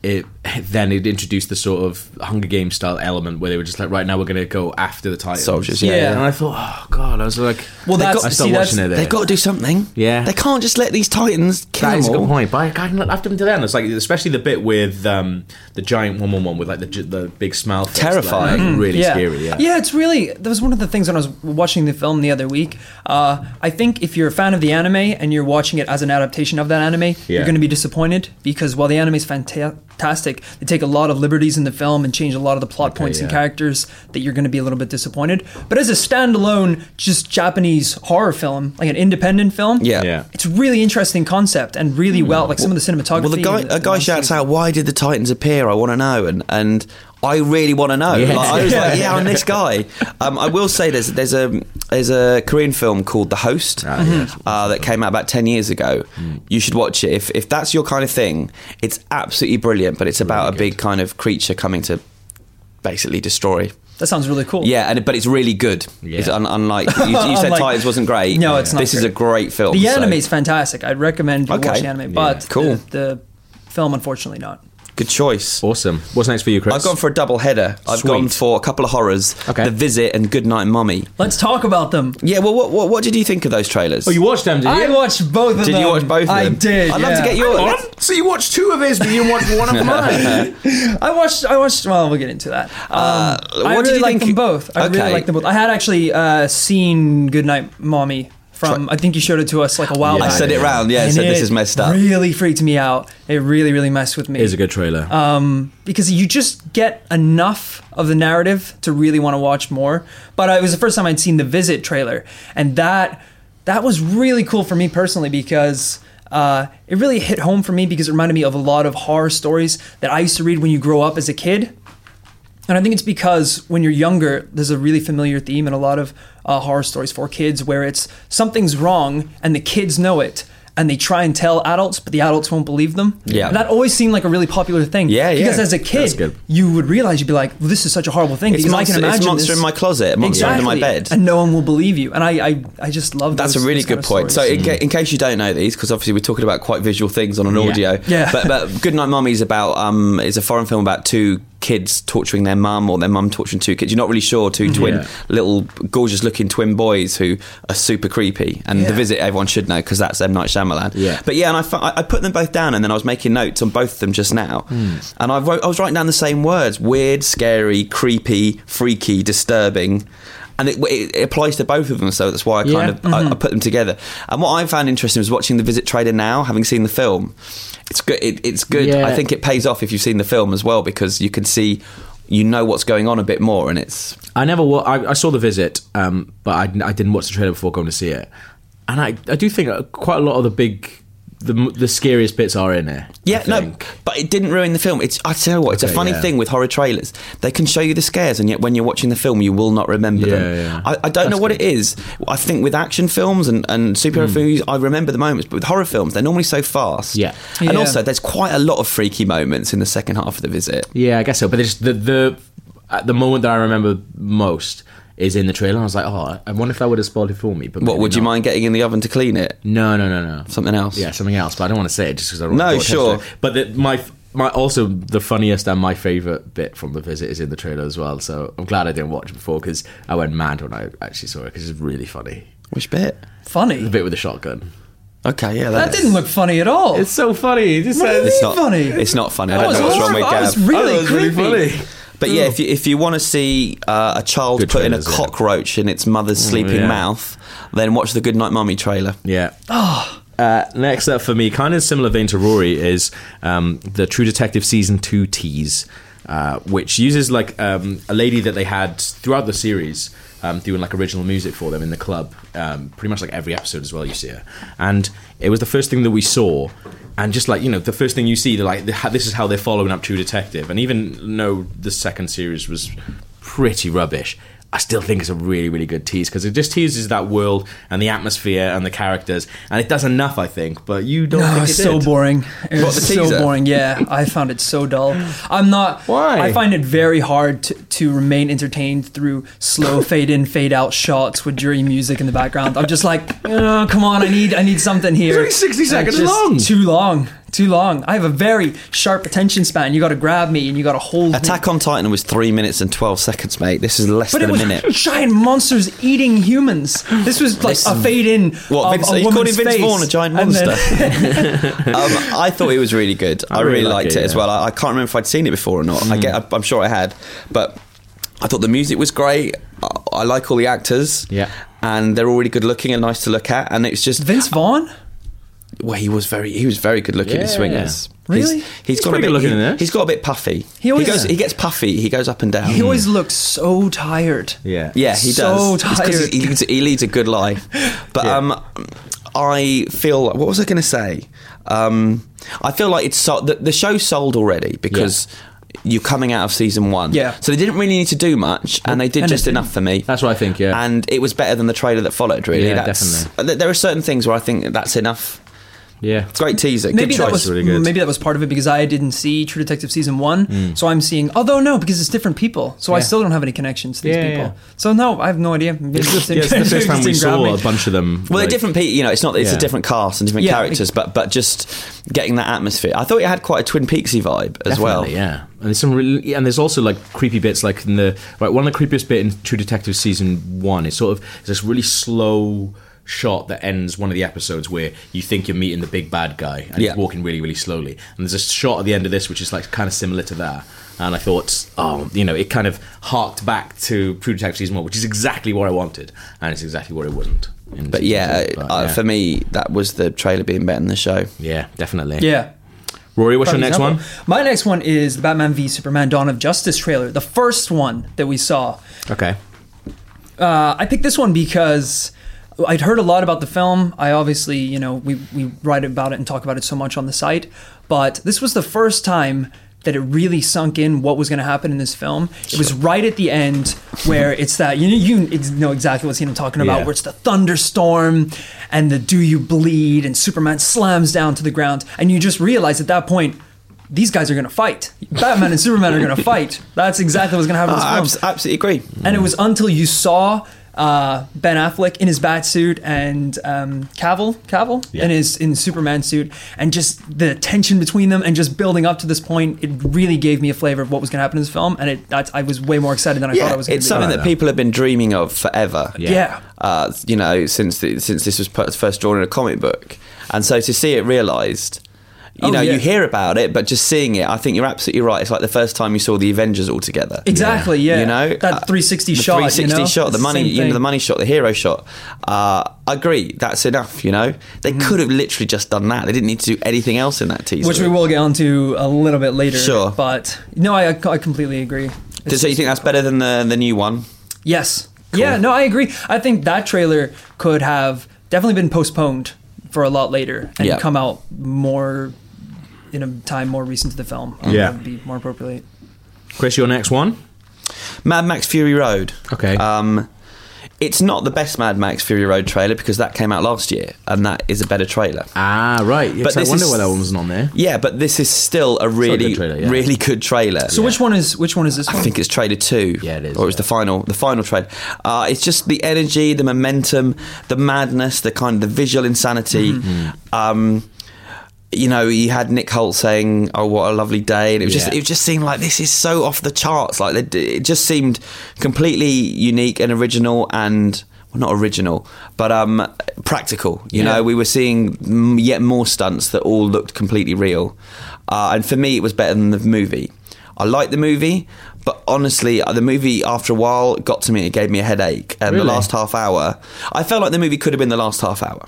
[SPEAKER 1] it then it introduced the sort of Hunger Games style element where they were just like, right now we're going to go after the title
[SPEAKER 3] Soldiers, yeah,
[SPEAKER 2] Yeah. yeah.
[SPEAKER 1] And I thought, oh god, I was like,
[SPEAKER 2] Well, that's-
[SPEAKER 1] I
[SPEAKER 2] see,
[SPEAKER 1] stopped
[SPEAKER 2] that's-
[SPEAKER 1] watching it. There.
[SPEAKER 3] They've got to do something.
[SPEAKER 1] Yeah.
[SPEAKER 3] they can't just let these titans kill
[SPEAKER 1] that
[SPEAKER 3] them
[SPEAKER 1] is a
[SPEAKER 3] all.
[SPEAKER 1] good point, but I can't look after them to then. It's like, especially the bit with um, the giant woman one with like the gi- the big smile, face, like,
[SPEAKER 3] Terrifying.
[SPEAKER 1] like, really scary. Mm, Yeah,
[SPEAKER 2] it's really that was one of the things when I was watching the film the other week. Uh, I think if you're a fan of the anime and you're watching it as an adaptation of that anime,
[SPEAKER 1] Yeah.
[SPEAKER 2] you're going to be disappointed because while the anime is fanta- fantastic, they take a lot of liberties in the film and change a lot of the plot points and
[SPEAKER 1] yeah.
[SPEAKER 2] characters that you're going to be a little bit disappointed. But as a standalone, just Japanese horror film, like an independent film,
[SPEAKER 3] Yeah. Hmm.
[SPEAKER 1] Yeah.
[SPEAKER 2] it's a really interesting concept and really well, like some of the cinematography.
[SPEAKER 3] Well, the guy,
[SPEAKER 2] and the-
[SPEAKER 3] a guy
[SPEAKER 2] the
[SPEAKER 3] shouts
[SPEAKER 2] monsters.
[SPEAKER 3] out, "Why did the Titans appear? I want to know." And and I really want to know.
[SPEAKER 1] Yeah.
[SPEAKER 3] Like, I was like,
[SPEAKER 2] Yeah.
[SPEAKER 3] "Yeah, I'm this guy." Um, I will say there's there's a there's a Korean film called The Host
[SPEAKER 1] Ah, yes. Hmm.
[SPEAKER 3] uh, that came out about ten years ago. You should watch it if if that's your kind of thing. It's absolutely brilliant, but it's about a big kind of creature coming to basically destroy.
[SPEAKER 2] That sounds really cool.
[SPEAKER 3] Yeah, and but it's really good.
[SPEAKER 1] Yeah.
[SPEAKER 3] It's un- unlike you, you said,
[SPEAKER 2] Unlike-
[SPEAKER 3] Titans wasn't great.
[SPEAKER 2] No, it's not
[SPEAKER 3] This is a
[SPEAKER 2] great.
[SPEAKER 3] great film.
[SPEAKER 2] The
[SPEAKER 3] so-
[SPEAKER 2] anime's fantastic. I'd recommend you
[SPEAKER 3] Okay.
[SPEAKER 2] watch the anime, but
[SPEAKER 3] Cool.
[SPEAKER 2] the, the film, unfortunately, not.
[SPEAKER 3] good choice.
[SPEAKER 1] awesome. What's next for you, Chris?
[SPEAKER 3] I've gone for a double header. I've
[SPEAKER 1] Sweet.
[SPEAKER 3] gone for a couple of horrors,
[SPEAKER 1] Okay.
[SPEAKER 3] The Visit and Goodnight Mummy.
[SPEAKER 2] Let's talk about them.
[SPEAKER 3] Yeah, well, what, what, what did you think of those trailers?
[SPEAKER 1] Oh, you watched them, did you?
[SPEAKER 2] I watched both of them.
[SPEAKER 3] Did you watch both of
[SPEAKER 2] I
[SPEAKER 3] them?
[SPEAKER 2] did.
[SPEAKER 3] I'd
[SPEAKER 2] yeah.
[SPEAKER 3] love to get your.
[SPEAKER 1] Hang on. So you watched two of his, but you didn't watch one of mine.
[SPEAKER 2] I watched. I watched. Well, we'll get into that. Um, I
[SPEAKER 3] Uh, what
[SPEAKER 2] really
[SPEAKER 3] did you
[SPEAKER 2] like
[SPEAKER 3] think-
[SPEAKER 2] them both. I
[SPEAKER 3] Okay.
[SPEAKER 2] really like them both. I had actually uh, seen Goodnight Mommy from. I think you showed it to us like a while
[SPEAKER 1] Yeah.
[SPEAKER 2] back.
[SPEAKER 3] I said it round. Yeah, I
[SPEAKER 2] And
[SPEAKER 3] said this
[SPEAKER 2] it
[SPEAKER 3] is messed up.
[SPEAKER 2] Really freaked me out. It really, really messed with me.
[SPEAKER 1] It is a good trailer.
[SPEAKER 2] um, because you just get enough of the narrative to really want to watch more. But uh, it was the first time I'd seen the Visit trailer, and that that was really cool for me personally because. Uh, it really hit home for me because it reminded me of a lot of horror stories that I used to read when you grow up as a kid. And I think it's because when you're younger, there's a really familiar theme in a lot of uh, horror stories for kids where it's something's wrong and the kids know it. and they try and tell adults, but the adults won't believe them.
[SPEAKER 3] Yeah.
[SPEAKER 2] And that always seemed like a really popular thing.
[SPEAKER 3] Yeah, yeah.
[SPEAKER 2] Because as a
[SPEAKER 1] That's
[SPEAKER 2] kid,
[SPEAKER 1] good.
[SPEAKER 2] you would realize you'd be like, well, "This is such a horrible thing."
[SPEAKER 3] It's
[SPEAKER 2] because
[SPEAKER 3] monster,
[SPEAKER 2] I can imagine
[SPEAKER 3] it's monster
[SPEAKER 2] this-
[SPEAKER 3] in my closet, monster
[SPEAKER 2] exactly,
[SPEAKER 3] under my bed.
[SPEAKER 2] and no one will believe you. And I, I, I just love
[SPEAKER 3] That's
[SPEAKER 2] those-
[SPEAKER 3] a really
[SPEAKER 2] those kind of
[SPEAKER 3] good point. So,
[SPEAKER 2] stories.
[SPEAKER 3] in, ca- in case you don't know these, because obviously we're talking about quite visual things on an
[SPEAKER 1] Yeah.
[SPEAKER 3] audio.
[SPEAKER 2] Yeah.
[SPEAKER 3] But, but Good Night Mummy is about um is a foreign film about two kids torturing their mum or their mum torturing two kids. You're not really sure. Two twin
[SPEAKER 1] Mm-hmm. Yeah.
[SPEAKER 3] little gorgeous looking twin boys who are super creepy. And
[SPEAKER 2] Yeah.
[SPEAKER 3] the visit everyone should know because that's M Night Shyamalan.
[SPEAKER 1] Yeah.
[SPEAKER 3] But yeah, and I, fu- I I put them both down, and then I was making notes on both of them just now,
[SPEAKER 1] Hmm.
[SPEAKER 3] and I wrote I was writing down the same words: weird, scary, creepy, freaky, disturbing. And it, it, it applies to both of them, so that's why I kind
[SPEAKER 1] Yeah. mm-hmm.
[SPEAKER 3] of I, I put them together. And what I found interesting was watching the Visit Trader now, having seen the film. It's good. It, it's good.
[SPEAKER 1] Yeah.
[SPEAKER 3] I think it pays off if you've seen the film as well because you can see, you know what's going on a bit more, and it's
[SPEAKER 1] I never. Wa- I, I saw the visit, um, but I, I didn't watch the trailer before going to see it. And I, I do think uh, quite a lot of the big, the m- the scariest bits are in there.
[SPEAKER 3] Yeah,
[SPEAKER 1] I
[SPEAKER 3] no,
[SPEAKER 1] think.
[SPEAKER 3] but it didn't ruin the film. It's I tell you what, it's a
[SPEAKER 1] Okay,
[SPEAKER 3] funny
[SPEAKER 1] yeah.
[SPEAKER 3] thing with horror trailers. They can show you the scares, and yet when you're watching the film, you will not remember
[SPEAKER 1] Yeah,
[SPEAKER 3] them.
[SPEAKER 1] yeah.
[SPEAKER 3] I, I don't know what it is. I think with action films and, and superhero movies, I remember the moments, but with horror films, they're normally so fast.
[SPEAKER 1] Hmm. Yeah.
[SPEAKER 3] and
[SPEAKER 2] Yeah.
[SPEAKER 3] also there's quite a lot of freaky moments in the second half of the visit.
[SPEAKER 1] Yeah, I guess so. But it's the the at the moment that I remember most is in the trailer. And I was like, oh, I wonder if that would have spoiled it for me. But
[SPEAKER 3] What
[SPEAKER 1] maybe
[SPEAKER 3] would you
[SPEAKER 1] not.
[SPEAKER 3] mind getting in the oven to clean it?
[SPEAKER 1] No, no, no, no.
[SPEAKER 3] Something else.
[SPEAKER 1] Yeah, something else. But I don't want to say it just because I don't.
[SPEAKER 3] No,
[SPEAKER 1] want to draw attention
[SPEAKER 3] sure.
[SPEAKER 1] to it. But the, my my also the funniest and my favorite bit from the visit is in the trailer as well. So I'm glad I didn't watch it before because I went mad when I actually saw it because it's really funny.
[SPEAKER 3] Which bit?
[SPEAKER 1] The
[SPEAKER 2] funny.
[SPEAKER 1] bit with the shotgun.
[SPEAKER 3] Okay, yeah,
[SPEAKER 2] That didn't look funny at all.
[SPEAKER 1] It's so funny. It just
[SPEAKER 2] What do you
[SPEAKER 1] says-
[SPEAKER 2] mean?
[SPEAKER 3] It's not
[SPEAKER 2] funny.
[SPEAKER 3] It's not funny. I
[SPEAKER 2] That
[SPEAKER 3] don't
[SPEAKER 2] was
[SPEAKER 3] know what's wrong with
[SPEAKER 2] horrible. That was
[SPEAKER 3] Gav.
[SPEAKER 2] really
[SPEAKER 1] Oh, it's really
[SPEAKER 2] creepy.
[SPEAKER 1] funny.
[SPEAKER 3] But yeah, if you, if you want to see uh, a child
[SPEAKER 1] Good
[SPEAKER 3] put in a
[SPEAKER 1] trailers, yeah. Oh,
[SPEAKER 3] cockroach in its mother's sleeping
[SPEAKER 1] yeah.
[SPEAKER 3] mouth, then watch the Goodnight Mummy trailer.
[SPEAKER 1] Yeah. Uh, next up for me, kind of similar vein to Rory, is um, the True Detective season two tease, uh, which uses like um, a lady that they had throughout the series um, doing like original music for them in the club. Um, pretty much like every episode as well, you see her, and it was the first thing that we saw. And just like you know, the first thing you see, they're like this is how they're following up True Detective. And even though the second series was pretty rubbish. I still think it's a really, really good tease because it just teases that world and the atmosphere and the characters, and it does enough, I think. But you don't
[SPEAKER 2] No,
[SPEAKER 1] think it
[SPEAKER 2] Oh, it's so
[SPEAKER 1] did.
[SPEAKER 2] boring. It
[SPEAKER 3] What,
[SPEAKER 2] was
[SPEAKER 3] the
[SPEAKER 2] so
[SPEAKER 3] teaser?
[SPEAKER 2] boring. Yeah, I found it so dull. I'm not.
[SPEAKER 1] Why?
[SPEAKER 2] I find it very hard to, to remain entertained through slow fade in, fade out shots with dreary music in the background. I'm just like, oh, come on, I need, I need something here.
[SPEAKER 1] only 60
[SPEAKER 2] And
[SPEAKER 1] seconds
[SPEAKER 2] just
[SPEAKER 1] long.
[SPEAKER 2] Too long. Too long. I have a very sharp attention span. You got to grab me and you got to hold. me.
[SPEAKER 3] Attack on Titan was three minutes and twelve seconds, mate. This is less
[SPEAKER 2] But it
[SPEAKER 3] than a
[SPEAKER 2] was
[SPEAKER 3] minute.
[SPEAKER 2] giant monsters eating humans. This was like a fade in.
[SPEAKER 3] What,
[SPEAKER 2] of
[SPEAKER 3] Vince,
[SPEAKER 2] a
[SPEAKER 3] are you
[SPEAKER 2] woman's
[SPEAKER 3] calling Vince
[SPEAKER 2] face.
[SPEAKER 3] Vaughn a giant
[SPEAKER 2] And then-
[SPEAKER 3] monster? um, I thought it was really good. I,
[SPEAKER 1] really
[SPEAKER 3] really,
[SPEAKER 1] like it,
[SPEAKER 3] liked it, as
[SPEAKER 1] yeah.
[SPEAKER 3] well. I, I can't remember if I'd seen it before or not. I get, I, I'm sure I had, but I thought the music was great. I, I like all the actors.
[SPEAKER 1] Yeah.
[SPEAKER 3] And they're all really good looking and nice to look at, and it's just
[SPEAKER 2] Vince Vaughn?
[SPEAKER 3] Well, he was very he was very good looking in
[SPEAKER 1] Yeah.
[SPEAKER 3] swingers.
[SPEAKER 2] Really?
[SPEAKER 3] He's, he's got a
[SPEAKER 1] pretty
[SPEAKER 3] bit,
[SPEAKER 1] good looking
[SPEAKER 3] he,
[SPEAKER 1] in this.
[SPEAKER 3] He's got a bit puffy.
[SPEAKER 2] He
[SPEAKER 3] He,
[SPEAKER 2] always-
[SPEAKER 3] goes, he gets puffy. He goes up and down.
[SPEAKER 2] He always looks so tired.
[SPEAKER 1] Mm. Yeah.
[SPEAKER 3] yeah, he
[SPEAKER 2] so
[SPEAKER 3] does. It's 'cause
[SPEAKER 2] tired.
[SPEAKER 3] He, he leads, he leads a good life, but
[SPEAKER 1] Yeah.
[SPEAKER 3] um, I feel what was I going to say? Um, I feel like it's so, the, the show sold already because. You're coming out of season one,
[SPEAKER 2] Yeah.
[SPEAKER 3] So they didn't really need to do much, and they did
[SPEAKER 2] And it
[SPEAKER 3] just
[SPEAKER 2] didn't.
[SPEAKER 3] enough for me.
[SPEAKER 1] That's what I think, yeah.
[SPEAKER 3] and it was better than the trailer that followed. Really,
[SPEAKER 1] Yeah,
[SPEAKER 3] That's-
[SPEAKER 1] definitely.
[SPEAKER 3] th- There are certain things where I think that that's enough.
[SPEAKER 1] Yeah.
[SPEAKER 3] It's a great teaser.
[SPEAKER 2] Maybe
[SPEAKER 3] good
[SPEAKER 2] that
[SPEAKER 3] choice.
[SPEAKER 2] was
[SPEAKER 1] really good. Mm.
[SPEAKER 2] maybe that was part of it because I didn't see True Detective season one, so I'm seeing. Although no, because it's different people, so I
[SPEAKER 1] Yeah.
[SPEAKER 2] still don't have any connections to these
[SPEAKER 1] Yeah, yeah,
[SPEAKER 2] people.
[SPEAKER 1] yeah.
[SPEAKER 2] So no, I have no idea. Maybe
[SPEAKER 1] It's
[SPEAKER 2] it
[SPEAKER 1] just,
[SPEAKER 2] just
[SPEAKER 1] yeah, it's the
[SPEAKER 2] didn't-
[SPEAKER 1] first
[SPEAKER 2] it
[SPEAKER 1] time we
[SPEAKER 2] just didn't grab
[SPEAKER 1] saw
[SPEAKER 2] me.
[SPEAKER 1] a bunch of them.
[SPEAKER 3] Well,
[SPEAKER 1] like-
[SPEAKER 3] they're different people. You know, it's not. It's
[SPEAKER 1] Yeah.
[SPEAKER 3] a different cast and different
[SPEAKER 2] Yeah.
[SPEAKER 3] characters, but but just getting that atmosphere. I thought it had quite a Twin Peaksy vibe as well.
[SPEAKER 1] Definitely, Yeah, and there's some really, and there's also like creepy bits, like in the right one of the creepiest bit in True Detective season one is sort of this really slow shot that ends one of the episodes where you think you're meeting the big bad guy and
[SPEAKER 3] Yeah.
[SPEAKER 1] he's walking really really slowly, and there's a shot at the end of this which is like kind of similar to that. And I thought, oh, you know, it kind of harked back to True Detective season one, which is exactly what I wanted, and it's exactly what it wasn't. in
[SPEAKER 3] But
[SPEAKER 1] season
[SPEAKER 3] yeah,
[SPEAKER 1] two, but
[SPEAKER 3] uh,
[SPEAKER 1] yeah.
[SPEAKER 3] for me, that was the trailer being better than the show.
[SPEAKER 1] yeah, definitely.
[SPEAKER 2] Yeah.
[SPEAKER 1] Rory, what's your
[SPEAKER 2] Prime
[SPEAKER 1] next
[SPEAKER 2] example.
[SPEAKER 1] one?
[SPEAKER 2] My next one is the Batman v Superman: Dawn of Justice trailer, the first one that we saw.
[SPEAKER 1] Okay.
[SPEAKER 2] Uh, I picked this one because I'd heard a lot about the film. I obviously, you know, we, we write about it and talk about it so much on the site, but this was the first time that it really sunk in what was going to happen in this film. It was right at the end where it's that you you ex- know exactly what scene I'm talking about,
[SPEAKER 1] Yeah.
[SPEAKER 2] where it's the thunderstorm and the "Do you bleed?" and Superman slams down to the ground, and you just realize at that point. These guys are going to fight. Batman and Superman are going to fight. That's exactly what's going to happen. in
[SPEAKER 3] I
[SPEAKER 2] this
[SPEAKER 3] abs-
[SPEAKER 2] film.
[SPEAKER 3] absolutely agree.
[SPEAKER 2] And it was until you saw uh, Ben Affleck in his bat suit and um, Cavill, Cavill
[SPEAKER 1] Yeah.
[SPEAKER 2] in his in Superman suit, and just the tension between them, and just building up to this point, it really gave me a flavor of what was going to happen in this film, and it that's, I was way more excited than I thought I was. Gonna
[SPEAKER 3] it's
[SPEAKER 2] be.
[SPEAKER 3] something
[SPEAKER 1] Right now.
[SPEAKER 3] that people have been dreaming of forever.
[SPEAKER 1] Yeah.
[SPEAKER 2] Yeah.
[SPEAKER 3] Uh, you know, since the, since this was put, first drawn in a comic book, and so to see it realised, you
[SPEAKER 2] Oh,
[SPEAKER 3] know,
[SPEAKER 2] yeah.
[SPEAKER 3] you hear about it, but just seeing it, I think you're absolutely right. It's like the first time you saw the Avengers all together.
[SPEAKER 2] Exactly, yeah.
[SPEAKER 3] You know,
[SPEAKER 2] That
[SPEAKER 3] Uh,
[SPEAKER 2] 360
[SPEAKER 3] the
[SPEAKER 2] shot, you
[SPEAKER 3] 360
[SPEAKER 2] know?
[SPEAKER 3] shot, the
[SPEAKER 2] It's the
[SPEAKER 3] money,
[SPEAKER 2] same
[SPEAKER 3] you know, the
[SPEAKER 2] thing.
[SPEAKER 3] money shot, the hero shot. Uh, I agree. That's enough. You know, they could have literally just done that. They didn't need to do anything else in that teaser.
[SPEAKER 2] Mm-hmm. which we will get onto a little bit later.
[SPEAKER 3] Sure.
[SPEAKER 2] but no, I, I completely agree. It's
[SPEAKER 3] So you
[SPEAKER 2] just-
[SPEAKER 3] think that's better than the the new one?
[SPEAKER 2] Yes. Yeah, no, I agree. I think that trailer could have definitely been postponed for a lot later and
[SPEAKER 3] Yeah.
[SPEAKER 2] come out more in a time more recent to the film. Um,
[SPEAKER 1] Yeah.
[SPEAKER 2] that would be more appropriate.
[SPEAKER 1] Chris, your next one.
[SPEAKER 3] Mad Max Fury Road.
[SPEAKER 1] Okay.
[SPEAKER 3] Um, it's not the best Mad Max Fury Road trailer because that came out last year, and that is a better trailer.
[SPEAKER 1] Ah, right. Yes,
[SPEAKER 3] But
[SPEAKER 1] I
[SPEAKER 3] this
[SPEAKER 1] wonder
[SPEAKER 3] is-
[SPEAKER 1] why that one wasn't on there.
[SPEAKER 3] Yeah, but this is still a really,
[SPEAKER 1] good trailer, yeah.
[SPEAKER 3] really good trailer.
[SPEAKER 2] So which one is which one is this
[SPEAKER 3] I
[SPEAKER 2] one?
[SPEAKER 3] think it's trailer two.
[SPEAKER 1] Yeah, it is,
[SPEAKER 3] Or it was
[SPEAKER 1] yeah.
[SPEAKER 3] the final, the final trailer. Uh, it's just the energy, the momentum, the madness, the kind of the visual insanity.
[SPEAKER 1] Mm-hmm.
[SPEAKER 3] Um, you know, you had Nick Holt saying, "Oh, what a lovely day," and it was just,
[SPEAKER 1] Yeah.
[SPEAKER 3] it just seemed like this is so off the charts. Like it, it just seemed completely unique and original, and well, not original, but um, practical. You
[SPEAKER 2] Yeah.
[SPEAKER 3] know, we were seeing mm, yet more stunts that all looked completely real. Uh, and for me, it was better than the movie. I liked the movie, but honestly, uh, the movie after a while got to me. It gave me a headache, and
[SPEAKER 1] Really?
[SPEAKER 3] the last half hour, I felt like the movie could have been the last half hour.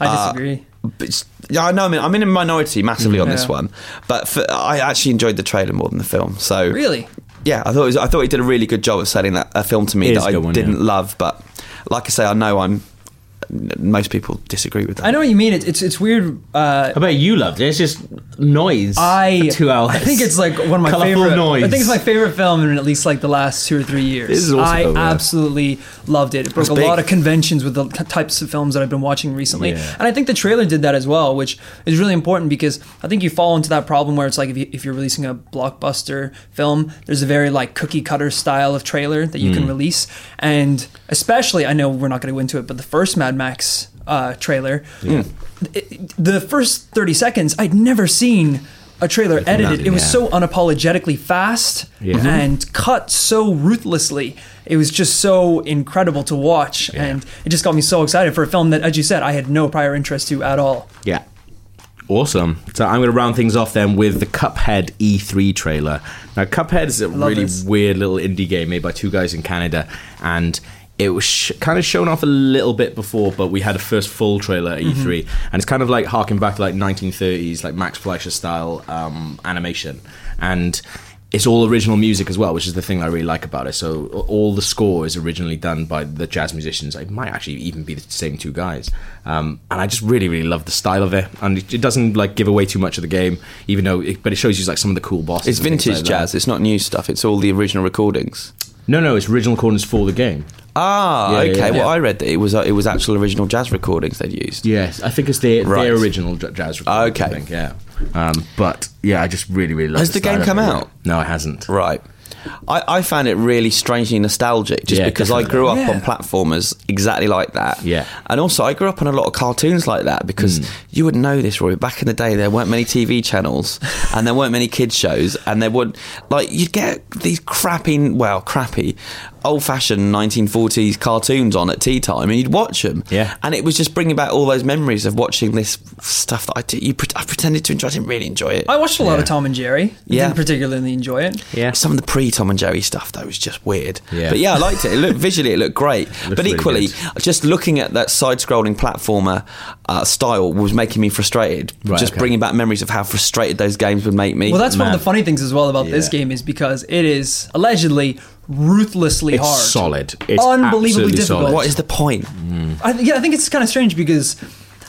[SPEAKER 2] I
[SPEAKER 1] Uh,
[SPEAKER 2] disagree.
[SPEAKER 3] But it's- yeah, I know. I mean, I'm in a minority massively on this
[SPEAKER 2] Yeah.
[SPEAKER 3] one, but for, I actually enjoyed the trailer more than the film. So
[SPEAKER 2] really?
[SPEAKER 3] yeah, I thought it was, I thought he did a really good job of selling that a film to me
[SPEAKER 1] It is
[SPEAKER 3] that
[SPEAKER 1] a
[SPEAKER 3] I
[SPEAKER 1] good one,
[SPEAKER 3] didn't
[SPEAKER 1] yeah.
[SPEAKER 3] love. But like I say, I know I'm. Most people disagree with that.
[SPEAKER 2] I know what you mean. It's it's, it's weird. Uh,
[SPEAKER 1] I bet you loved it. It's just noise.
[SPEAKER 2] I
[SPEAKER 1] for two hours.
[SPEAKER 2] I think it's like one of my
[SPEAKER 1] Colourful
[SPEAKER 2] favorite.
[SPEAKER 1] noise.
[SPEAKER 2] I think it's my favorite film in at least like the last two or three years.
[SPEAKER 1] This is also
[SPEAKER 2] I
[SPEAKER 1] over.
[SPEAKER 2] absolutely loved it. It broke
[SPEAKER 3] It's
[SPEAKER 2] a
[SPEAKER 3] big.
[SPEAKER 2] lot of conventions with the t- types of films that I've been watching recently,
[SPEAKER 1] Yeah.
[SPEAKER 2] and I think the trailer did that as well, which is really important because I think you fall into that problem where it's like if, you, if you're releasing a blockbuster film, there's a very like cookie cutter style of trailer that
[SPEAKER 3] Mm.
[SPEAKER 2] you can release, and especially I know we're not going to go into it, but the first Mad Max uh, trailer it- the first 30 seconds i'd never seen a trailer edited
[SPEAKER 1] nothing,
[SPEAKER 2] it was
[SPEAKER 1] yeah.
[SPEAKER 2] so unapologetically fast
[SPEAKER 1] Yeah. Mhm.
[SPEAKER 2] and cut so ruthlessly it was just so incredible to watch and it just got me so excited for a film that as you said i had no prior interest to at all
[SPEAKER 1] Yeah. Awesome. So I'm going to round things off then with the Cuphead E3 trailer. Now, Cuphead is a really
[SPEAKER 2] this.
[SPEAKER 1] weird little indie game made by two guys in Canada, and it was sh- kind of shown off a little bit before, but we had a first full trailer at E3,
[SPEAKER 3] Mm-hmm.
[SPEAKER 1] and it's kind of like harking back to like 1930s, like Max Fleischer style um, animation, and it's all original music as well, which is the thing I really like about it. So all the score is originally done by the jazz musicians. It might actually even be the same two guys, um, and I just really, really love the style of it. And it it doesn't like give away too much of the game, even though, it, but it shows you like some of the cool bosses.
[SPEAKER 3] it's
[SPEAKER 1] and things
[SPEAKER 3] vintage
[SPEAKER 1] like that.
[SPEAKER 3] jazz. It's not new stuff. It's all the original recordings.
[SPEAKER 1] No, no, it's original corners for the game.
[SPEAKER 3] Ah,
[SPEAKER 1] Yeah, yeah,
[SPEAKER 3] okay.
[SPEAKER 1] yeah.
[SPEAKER 3] Well, I read that it was uh, it was actual original jazz recordings they'd used.
[SPEAKER 1] Yes, I think it's their
[SPEAKER 3] Right.
[SPEAKER 1] their original j- jazz recording.
[SPEAKER 3] Okay.
[SPEAKER 1] I think, yeah. Um, but yeah, I just really, really love.
[SPEAKER 3] Has the
[SPEAKER 1] style
[SPEAKER 3] game
[SPEAKER 1] of
[SPEAKER 3] come
[SPEAKER 1] it.
[SPEAKER 3] out?
[SPEAKER 1] No, it hasn't.
[SPEAKER 3] Right. I, I found it really strangely nostalgic just
[SPEAKER 1] Yeah,
[SPEAKER 3] because I
[SPEAKER 1] definitely.
[SPEAKER 3] grew up
[SPEAKER 2] Yeah.
[SPEAKER 3] on platformers exactly like that.
[SPEAKER 1] Yeah. Hmm.
[SPEAKER 3] And also, I grew up on a lot of cartoons like that because you would know this, Rory. Back in the day, there weren't many TV channels and there weren't many kids' shows. And there would, like, you'd get these crappy, well, crappy, old fashioned 1940s cartoons on at tea time and you'd watch them.
[SPEAKER 1] Yeah.
[SPEAKER 3] And it was just bringing back all those memories of watching this stuff that I did. You, pre- I pretended to enjoy I didn't really enjoy it.
[SPEAKER 2] i watched a lot
[SPEAKER 1] Yeah.
[SPEAKER 2] of tom and jerry
[SPEAKER 3] Yeah.
[SPEAKER 2] didn't particularly enjoy it
[SPEAKER 1] Yeah.
[SPEAKER 3] some of the pre Tom and Jerry stuff though was just weird.
[SPEAKER 1] Yeah.
[SPEAKER 3] But yeah, I liked it. It looked visually, it looked great. but
[SPEAKER 1] really
[SPEAKER 3] equally,
[SPEAKER 1] good.
[SPEAKER 3] just looking at that side-scrolling platformer uh, style was making me frustrated.
[SPEAKER 1] Right,
[SPEAKER 3] just
[SPEAKER 1] okay.
[SPEAKER 3] bringing back memories of how frustrated those games would make me.
[SPEAKER 2] well that's one
[SPEAKER 1] Man.
[SPEAKER 2] of the funny things as well about this
[SPEAKER 1] Yeah.
[SPEAKER 2] game is because it is allegedly ruthlessly
[SPEAKER 1] It's
[SPEAKER 2] hard
[SPEAKER 1] solid. It's
[SPEAKER 2] Unbelievably
[SPEAKER 1] absolutely
[SPEAKER 2] difficult.
[SPEAKER 1] solid.
[SPEAKER 3] what is the point?
[SPEAKER 2] I th- yeah, I think it's kind of strange because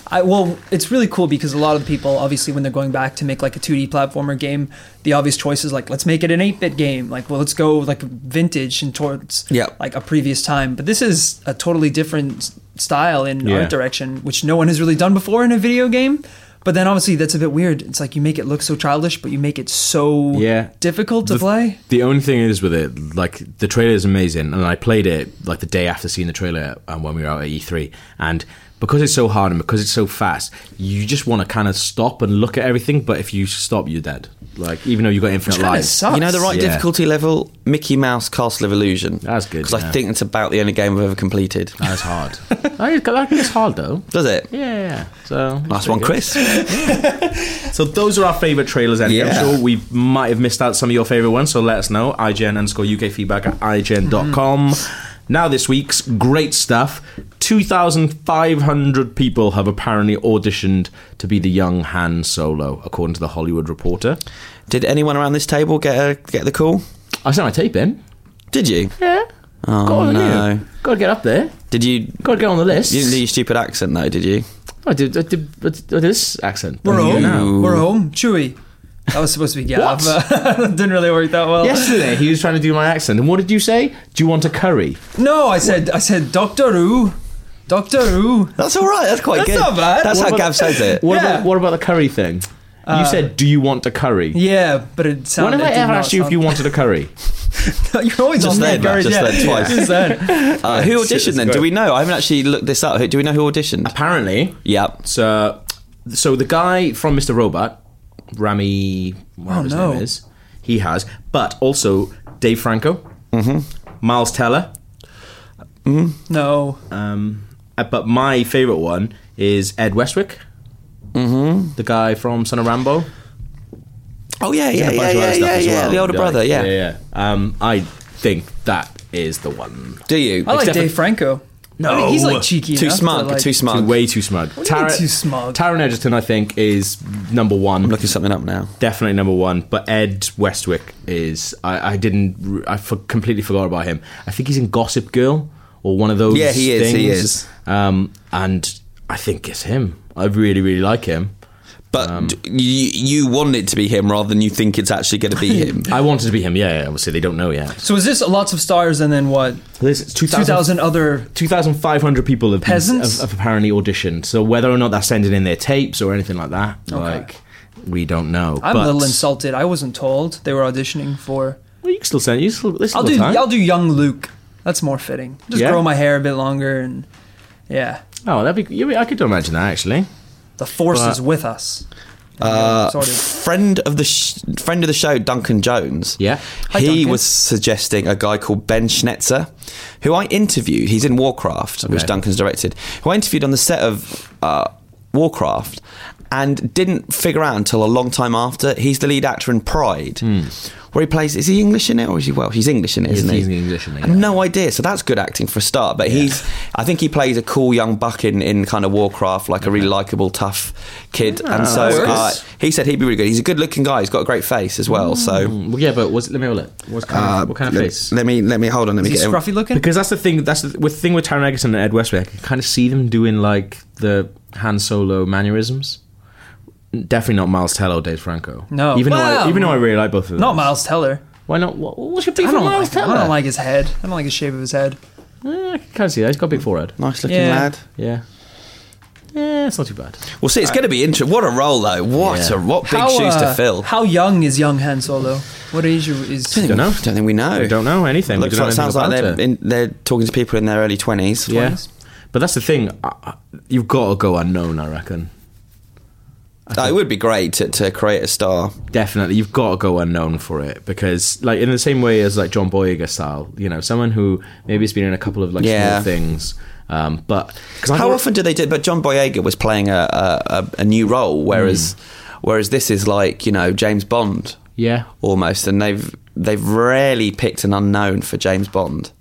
[SPEAKER 2] I, well, it's really cool because a lot of the people, obviously, when they're going back to make like a 2D platformer game, the obvious choice is like, let's make it an 8-bit game. Like, well, let's go like vintage and towards
[SPEAKER 3] Yeah.
[SPEAKER 2] like a previous time. But this is a totally different s- style in
[SPEAKER 1] Yeah.
[SPEAKER 2] art direction, which no one has really done before in a video game. But then obviously that's a bit weird. It's like you make it look so childish, but you make it so
[SPEAKER 1] Yeah.
[SPEAKER 2] difficult to
[SPEAKER 1] The-
[SPEAKER 2] play.
[SPEAKER 1] The only thing is with it, like the trailer is amazing, and I played it like the day after seeing the trailer um, when we were out at E3, and because it's so hard and because it's so fast, you just want to kind of stop and look at everything. But if you stop, you're dead. Like even though you got infinite
[SPEAKER 2] kinda
[SPEAKER 1] lives,
[SPEAKER 2] sucks.
[SPEAKER 3] You know the right
[SPEAKER 1] Yeah.
[SPEAKER 3] difficulty level? Mickey Mouse Castle of Illusion.
[SPEAKER 1] That's good,
[SPEAKER 3] Because
[SPEAKER 1] yeah.
[SPEAKER 3] I think it's about the only game I've ever completed.
[SPEAKER 1] that's hard. I think it's hard though.
[SPEAKER 3] Does it?
[SPEAKER 1] Yeah. So
[SPEAKER 3] Last one, Chris.
[SPEAKER 1] So those are our favourite trailers. Anyway.
[SPEAKER 3] Yeah.
[SPEAKER 1] I'm sure we might have missed out some of your favourite ones. So let us know. IGN underscore UK feedback at IGN.com. Now this week's great stuff. 2,500 people have apparently auditioned to be the young Han Solo, according to the Hollywood Reporter.
[SPEAKER 3] Did anyone around this table get a, get the call?
[SPEAKER 1] I sent my tape in.
[SPEAKER 3] Did you?
[SPEAKER 1] Yeah.
[SPEAKER 3] Oh
[SPEAKER 1] Got on
[SPEAKER 3] no!
[SPEAKER 1] here. Got to get up there.
[SPEAKER 3] Did you?
[SPEAKER 1] Got to get on the list.
[SPEAKER 3] You didn't do your stupid accent though, did you?
[SPEAKER 1] I did. I did, I did this accent.
[SPEAKER 2] We're home.
[SPEAKER 1] now.
[SPEAKER 2] We're home. Chewy. That was supposed to be Gav.
[SPEAKER 1] What?
[SPEAKER 2] Didn't really work that
[SPEAKER 1] Oh,
[SPEAKER 2] well.
[SPEAKER 1] Yesterday he was trying to do my accent, and what did you say? Do you want a curry?
[SPEAKER 2] No, I said I said Doctor Who. Doctor Who.
[SPEAKER 3] That's all right. That's quite
[SPEAKER 2] That's
[SPEAKER 3] good.
[SPEAKER 2] not bad.
[SPEAKER 3] That's
[SPEAKER 2] What
[SPEAKER 3] how Gav says it.
[SPEAKER 1] What,
[SPEAKER 2] Yeah.
[SPEAKER 1] about, what about the curry thing? you said, "Do you want a curry?"
[SPEAKER 2] Yeah, but it
[SPEAKER 1] when
[SPEAKER 2] sounded.
[SPEAKER 1] have Uh, I
[SPEAKER 2] it did
[SPEAKER 1] ever
[SPEAKER 2] not
[SPEAKER 1] asked you if
[SPEAKER 2] sound-
[SPEAKER 1] you wanted a curry?
[SPEAKER 2] You're always
[SPEAKER 3] Just
[SPEAKER 2] on that
[SPEAKER 3] then,
[SPEAKER 2] guard,
[SPEAKER 3] just
[SPEAKER 2] yeah.
[SPEAKER 3] then, twice.
[SPEAKER 2] Just then.
[SPEAKER 3] Uh, who auditioned then? Do we know? I haven't actually looked this up. Who- Do we know who auditioned?
[SPEAKER 1] Apparently,
[SPEAKER 3] Yep.
[SPEAKER 1] so so the guy from Mr. Robot, Rami, whatever
[SPEAKER 2] Oh,
[SPEAKER 1] his
[SPEAKER 2] no.
[SPEAKER 1] name is, he has, but also Dave Franco,
[SPEAKER 3] Mm-hmm.
[SPEAKER 1] Miles Teller,
[SPEAKER 2] No.
[SPEAKER 1] um, uh, but my favorite one is Ed Westwick, mm-hmm. the guy from Son of Rambo.
[SPEAKER 3] Oh yeah, yeah,
[SPEAKER 1] and a
[SPEAKER 3] yeah,
[SPEAKER 1] bunch of
[SPEAKER 3] yeah,
[SPEAKER 1] other stuff
[SPEAKER 3] yeah,
[SPEAKER 1] as well.
[SPEAKER 3] The older
[SPEAKER 1] Like,
[SPEAKER 3] brother. Yeah.
[SPEAKER 1] yeah, yeah. Um, I think that is the one.
[SPEAKER 3] Do you?
[SPEAKER 2] I like
[SPEAKER 1] Except for-
[SPEAKER 2] Dave Franco.
[SPEAKER 1] No.
[SPEAKER 2] I mean, he's like cheeky.
[SPEAKER 3] too
[SPEAKER 2] enough to,
[SPEAKER 3] smug.
[SPEAKER 2] like-
[SPEAKER 3] too smug.
[SPEAKER 1] Too- way too smug.
[SPEAKER 2] do you mean
[SPEAKER 1] Tara-
[SPEAKER 2] too smug?
[SPEAKER 1] Taron Egerton, I think, is number one.
[SPEAKER 3] I'm looking something up now.
[SPEAKER 1] Definitely number one. But Ed Westwick is. I, I didn't. I for, completely forgot about him. I think he's in Gossip Girl or one of those.
[SPEAKER 3] Yeah, he is,
[SPEAKER 1] Things.
[SPEAKER 3] he is.
[SPEAKER 1] Um, and I think it's him. I really, really like him.
[SPEAKER 3] But d- you you want it to be him rather than you think it's actually going to be him.
[SPEAKER 1] I wanted to be him. Yeah, yeah, obviously they don't know yet.
[SPEAKER 2] So is this lots of stars and then what?
[SPEAKER 1] There's
[SPEAKER 2] 2,000
[SPEAKER 1] 2,000
[SPEAKER 2] other.
[SPEAKER 1] 2,500 people have,
[SPEAKER 2] Peasants?
[SPEAKER 1] have, have apparently auditioned. So whether or not they're sending in their tapes or anything like that, like we don't know.
[SPEAKER 2] I'm
[SPEAKER 1] but,
[SPEAKER 2] a little insulted. I wasn't told they were auditioning for.
[SPEAKER 1] Well, you can still send. You still, there's
[SPEAKER 2] I'll
[SPEAKER 1] still
[SPEAKER 2] do.
[SPEAKER 1] time.
[SPEAKER 2] I'll do young Luke. That's more fitting. Just
[SPEAKER 1] Yeah?
[SPEAKER 2] grow my hair a bit longer and yeah,
[SPEAKER 1] Oh, that'd be. You, I could imagine that actually.
[SPEAKER 2] the force
[SPEAKER 1] But-
[SPEAKER 2] is with us.
[SPEAKER 3] Uh,
[SPEAKER 2] Sorted.
[SPEAKER 3] friend of the sh- friend of the show, Duncan Jones.
[SPEAKER 1] Yeah.
[SPEAKER 2] Hi,
[SPEAKER 3] he
[SPEAKER 2] Duncan.
[SPEAKER 3] was suggesting a guy called Ben Schnetzer, who I interviewed. He's in Warcraft, which
[SPEAKER 1] Okay.
[SPEAKER 3] Duncan's directed. Who I interviewed on the set of uh, Warcraft, and didn't figure out until a long time after. He's the lead actor in Pride. Where he plays, is he English in it or is he Welsh? He's English in it,
[SPEAKER 1] He's-
[SPEAKER 3] isn't
[SPEAKER 1] he's
[SPEAKER 3] Hmm. he?
[SPEAKER 1] English in it,
[SPEAKER 3] I have
[SPEAKER 1] yeah.
[SPEAKER 3] no idea. So that's good acting for a start. But he's, I think he plays a cool young buck in, in kind of Warcraft, like a really likable, tough kid. and so
[SPEAKER 2] Ah, that's good.
[SPEAKER 3] uh, he said he'd be really good. He's a good-looking guy. He's got a great face as well.
[SPEAKER 2] Mm.
[SPEAKER 3] So
[SPEAKER 1] Mm, Well, yeah, but was, let me have a look. What's kind
[SPEAKER 3] uh,
[SPEAKER 1] of, what kind of
[SPEAKER 3] let,
[SPEAKER 1] face?
[SPEAKER 3] Let me let me hold on. Let me
[SPEAKER 2] Is
[SPEAKER 3] get
[SPEAKER 2] he
[SPEAKER 3] him.
[SPEAKER 2] scruffy looking?
[SPEAKER 1] Because that's the thing. That's the with thing with Taron Egerton and Ed Westwick. I can kind of see them doing like the Han Solo mannerisms. Definitely not Miles Teller or Dave Franco.
[SPEAKER 2] No.
[SPEAKER 1] even though I,
[SPEAKER 2] Well-
[SPEAKER 1] even though I really like both of them.
[SPEAKER 2] Not Miles Teller.
[SPEAKER 1] Why not? What, what's your beef
[SPEAKER 2] I
[SPEAKER 1] with
[SPEAKER 2] don't,
[SPEAKER 1] Miles
[SPEAKER 2] like,
[SPEAKER 1] Teller?
[SPEAKER 2] I don't like his head. I don't like the shape of his head.
[SPEAKER 1] Eh, I can kind of see that. He's got a big forehead.
[SPEAKER 3] Nice looking
[SPEAKER 2] Yeah.
[SPEAKER 3] lad.
[SPEAKER 1] Yeah. Yeah, it's not too bad.
[SPEAKER 3] Well, see, it's going to be interesting. What a role, though. What
[SPEAKER 1] Yeah.
[SPEAKER 3] a what big
[SPEAKER 2] How,
[SPEAKER 3] shoes
[SPEAKER 2] uh,
[SPEAKER 3] to fill.
[SPEAKER 2] How young is young Han Solo? What age is?
[SPEAKER 1] Don't know.
[SPEAKER 3] Don't think we know.
[SPEAKER 1] We don't know anything. We
[SPEAKER 3] Looks
[SPEAKER 1] don't
[SPEAKER 3] like,
[SPEAKER 1] know anything
[SPEAKER 3] sounds like
[SPEAKER 1] about
[SPEAKER 3] they're,
[SPEAKER 1] it.
[SPEAKER 3] in, they're talking to people in their early twenties.
[SPEAKER 1] Yeah. But that's the thing. I- I- You've got to go unknown, I reckon.
[SPEAKER 3] Uh, it would be great to, to create a star.
[SPEAKER 1] Definitely, you've got to go unknown for it because, like, in the same way as like John Boyega style, you know, someone who maybe has been in a couple of like
[SPEAKER 3] Yeah.
[SPEAKER 1] small things, um, but because
[SPEAKER 3] How often do they do? But John Boyega was playing a a, a, a new role, whereas
[SPEAKER 1] Hmm.
[SPEAKER 3] whereas this is like you know James Bond
[SPEAKER 1] yeah,
[SPEAKER 3] almost, and they've they've rarely picked an unknown for James Bond.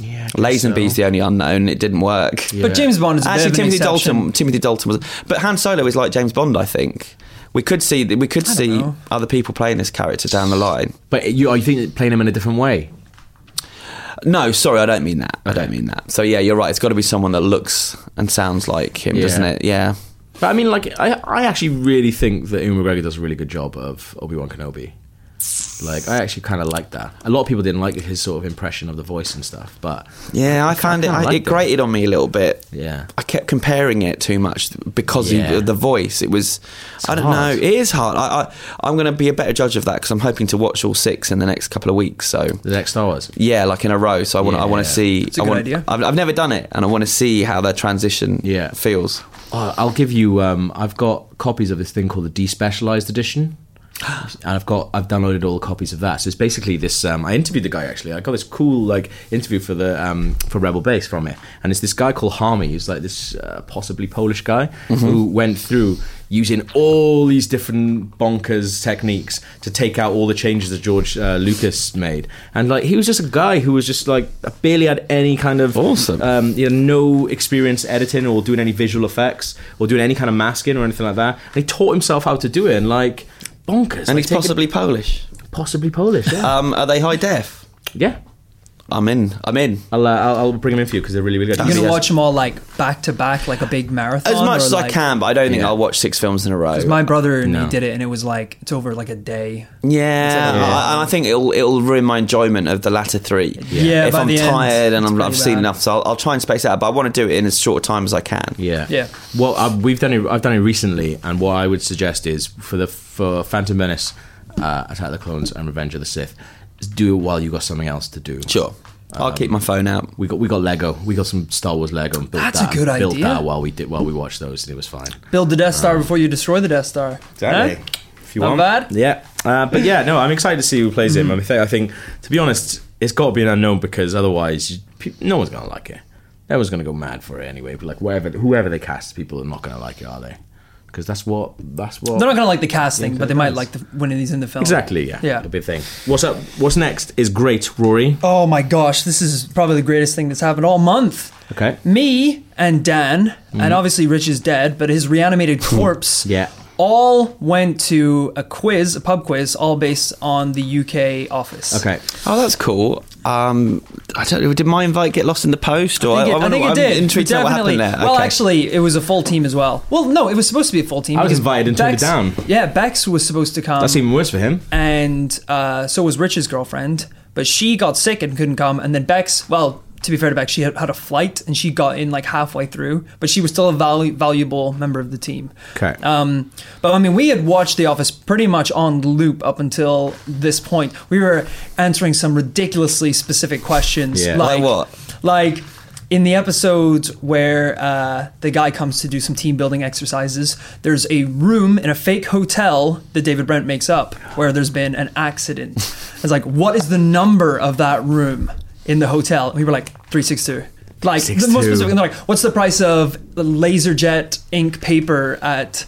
[SPEAKER 1] yeah, I guess
[SPEAKER 3] Lazenby's
[SPEAKER 1] so.
[SPEAKER 3] the only unknown. It didn't work.
[SPEAKER 1] Yeah.
[SPEAKER 2] But James Bond is a bit
[SPEAKER 3] Actually,
[SPEAKER 2] of an
[SPEAKER 3] Timothy
[SPEAKER 2] exception.
[SPEAKER 3] Dalton. Timothy Dalton was, but Han Solo is like James Bond. I think we could see we could see
[SPEAKER 2] know.
[SPEAKER 3] other people playing this character down the line.
[SPEAKER 1] But you, are you think that playing him in a different way?
[SPEAKER 3] No, sorry, I don't mean that. I don't mean that. So yeah, you're right. It's got to be someone that looks and sounds like him,
[SPEAKER 1] Yeah.
[SPEAKER 3] doesn't it? Yeah.
[SPEAKER 1] But I mean, like, I, I actually really think that Ewan McGregor does a really good job of Obi Wan Kenobi. Like, I actually kind of like that. A lot of people didn't like his sort of impression of the voice and stuff, but
[SPEAKER 3] Yeah, I found it.
[SPEAKER 1] kinda
[SPEAKER 3] I, it
[SPEAKER 1] liked it.
[SPEAKER 3] grated on me a little bit.
[SPEAKER 1] yeah,
[SPEAKER 3] I kept comparing it too much because
[SPEAKER 1] Yeah.
[SPEAKER 3] of the voice. It was, I don't
[SPEAKER 1] hard.
[SPEAKER 3] know. It is hard. I, I I'm going to be a better judge of that because I'm hoping to watch all six in the next couple of weeks. So
[SPEAKER 1] the next Star Wars.
[SPEAKER 3] yeah, like in a row. So I want. to I want
[SPEAKER 1] Yeah.
[SPEAKER 3] to see.
[SPEAKER 2] a
[SPEAKER 3] I
[SPEAKER 2] good
[SPEAKER 3] want,
[SPEAKER 2] idea.
[SPEAKER 3] I've, I've never done it, and I want to see how their transition
[SPEAKER 1] Yeah.
[SPEAKER 3] feels.
[SPEAKER 1] Oh, I'll give you. Um, I've got copies of this thing called the Despecialized Edition, and I've got I've downloaded all the copies of that. So it's basically this. Um, I interviewed the guy actually. I got this cool like interview for the um, for Rebel Base from it, and it's this guy called Harmy, who's like this uh, possibly Polish guy who went through using all these different bonkers techniques to take out all the changes that George uh, Lucas made, and like he was just a guy who was just like barely had any kind of
[SPEAKER 3] Awesome.
[SPEAKER 1] um, you know, no experience editing or doing any visual effects or doing any kind of masking or anything like that. And he taught himself how to do it and like bonkers.
[SPEAKER 3] And
[SPEAKER 1] like,
[SPEAKER 3] it's
[SPEAKER 1] taking-
[SPEAKER 3] possibly Polish.
[SPEAKER 1] possibly Polish. Yeah,
[SPEAKER 3] Um, are they high def?
[SPEAKER 1] yeah.
[SPEAKER 3] I'm in. I'm in.
[SPEAKER 1] I'll, uh, I'll I'll bring them in for you because they're really really good.
[SPEAKER 2] You're
[SPEAKER 3] Yes.
[SPEAKER 2] gonna watch them all like back to back, like a big marathon.
[SPEAKER 3] As much
[SPEAKER 2] or,
[SPEAKER 3] as I
[SPEAKER 2] like-
[SPEAKER 3] can, but I don't think
[SPEAKER 1] Yeah.
[SPEAKER 3] I'll watch six films in a row.
[SPEAKER 2] My brother and
[SPEAKER 1] No.
[SPEAKER 2] me did it, and it was like it's over like a day.
[SPEAKER 3] Yeah,
[SPEAKER 2] It's like-
[SPEAKER 3] I- and I think it'll it'll ruin my enjoyment of the latter three.
[SPEAKER 2] Yeah,
[SPEAKER 3] if
[SPEAKER 2] by
[SPEAKER 3] I'm
[SPEAKER 2] the end,
[SPEAKER 3] tired and
[SPEAKER 2] it's
[SPEAKER 3] I'm, I've
[SPEAKER 2] pretty
[SPEAKER 3] seen
[SPEAKER 2] bad.
[SPEAKER 3] enough, so I'll, I'll try and space it out. But I want to do it in as short a time as I can.
[SPEAKER 1] Yeah.
[SPEAKER 2] Yeah.
[SPEAKER 1] Well, i we've done it. I've done it recently, and what I would suggest is for the for Phantom Menace, uh, Attack of the Clones, and Revenge of the Sith, is do it while you got something else to do.
[SPEAKER 3] Sure,
[SPEAKER 2] Um,
[SPEAKER 3] I'll keep my phone out.
[SPEAKER 1] We got we got Lego. We got some Star Wars Lego and built
[SPEAKER 2] That's a
[SPEAKER 1] that.
[SPEAKER 2] good
[SPEAKER 1] and built
[SPEAKER 2] idea.
[SPEAKER 1] that while we did while we watched those, and it was fine.
[SPEAKER 2] Build the Death Star
[SPEAKER 3] Uh.
[SPEAKER 2] before you destroy the Death Star. Huh?
[SPEAKER 1] If you
[SPEAKER 2] Not
[SPEAKER 1] want.
[SPEAKER 2] bad. Hmm.
[SPEAKER 1] Yeah. Uh, but yeah, no, I'm excited to see who plays him. I, mean, th- I think, to be honest, it's got to be an unknown because otherwise, you- pe- no one's going to like it. No one's going to go mad for it anyway. But like, wherever, whoever they cast, people are not going to like it, are they? Because that's what. That's what.
[SPEAKER 2] They're not gonna like the casting, but they might
[SPEAKER 1] does.
[SPEAKER 2] like the, when he's in the film.
[SPEAKER 1] exactly, yeah.
[SPEAKER 2] Yeah.
[SPEAKER 1] It'll be a thing. What's up? What's next is great, Rory.
[SPEAKER 2] Oh my gosh, this is probably the greatest thing that's happened all month.
[SPEAKER 1] Okay.
[SPEAKER 2] Me and Dan, and obviously Rich is dead, but his reanimated corpse
[SPEAKER 1] Yeah.
[SPEAKER 2] all went to a quiz, a pub quiz, all based on the UK office.
[SPEAKER 1] Okay.
[SPEAKER 3] Oh, that's cool. Um, I don't. know, Did my invite get lost in the post? Or
[SPEAKER 2] I think it, I
[SPEAKER 3] wonder-
[SPEAKER 2] think it
[SPEAKER 3] I'm
[SPEAKER 2] did.
[SPEAKER 3] Intrigued to know what
[SPEAKER 2] Definitely.
[SPEAKER 3] happened there.
[SPEAKER 2] Well,
[SPEAKER 3] Okay.
[SPEAKER 2] actually, it was a full team as well. Well, no, it was supposed to be a full team.
[SPEAKER 1] I was
[SPEAKER 2] because
[SPEAKER 1] invited and turned it
[SPEAKER 2] Bex-
[SPEAKER 1] down.
[SPEAKER 2] Yeah, Bex was supposed to come,
[SPEAKER 1] That's even worse for him.
[SPEAKER 2] and uh, so was Rich's girlfriend, but she got sick and couldn't come. And then Bex, well, to be fair to Bex, she had, had a flight and she got in like halfway through, but she was still a valu- valuable member of the team.
[SPEAKER 1] Okay.
[SPEAKER 2] Um, but I mean, we had watched The Office pretty much on loop up until this point. We were answering some ridiculously specific questions.
[SPEAKER 1] Yeah.
[SPEAKER 3] Like what?
[SPEAKER 2] Like in the episodes where uh, the guy comes to do some team building exercises, there's a room in a fake hotel that David Brent makes up where there's been an accident. it's like, what is the number of that room in the hotel? And we were like, 362. Like the most
[SPEAKER 1] 362.
[SPEAKER 2] specific, and they're like, what's the price of the laser jet ink paper at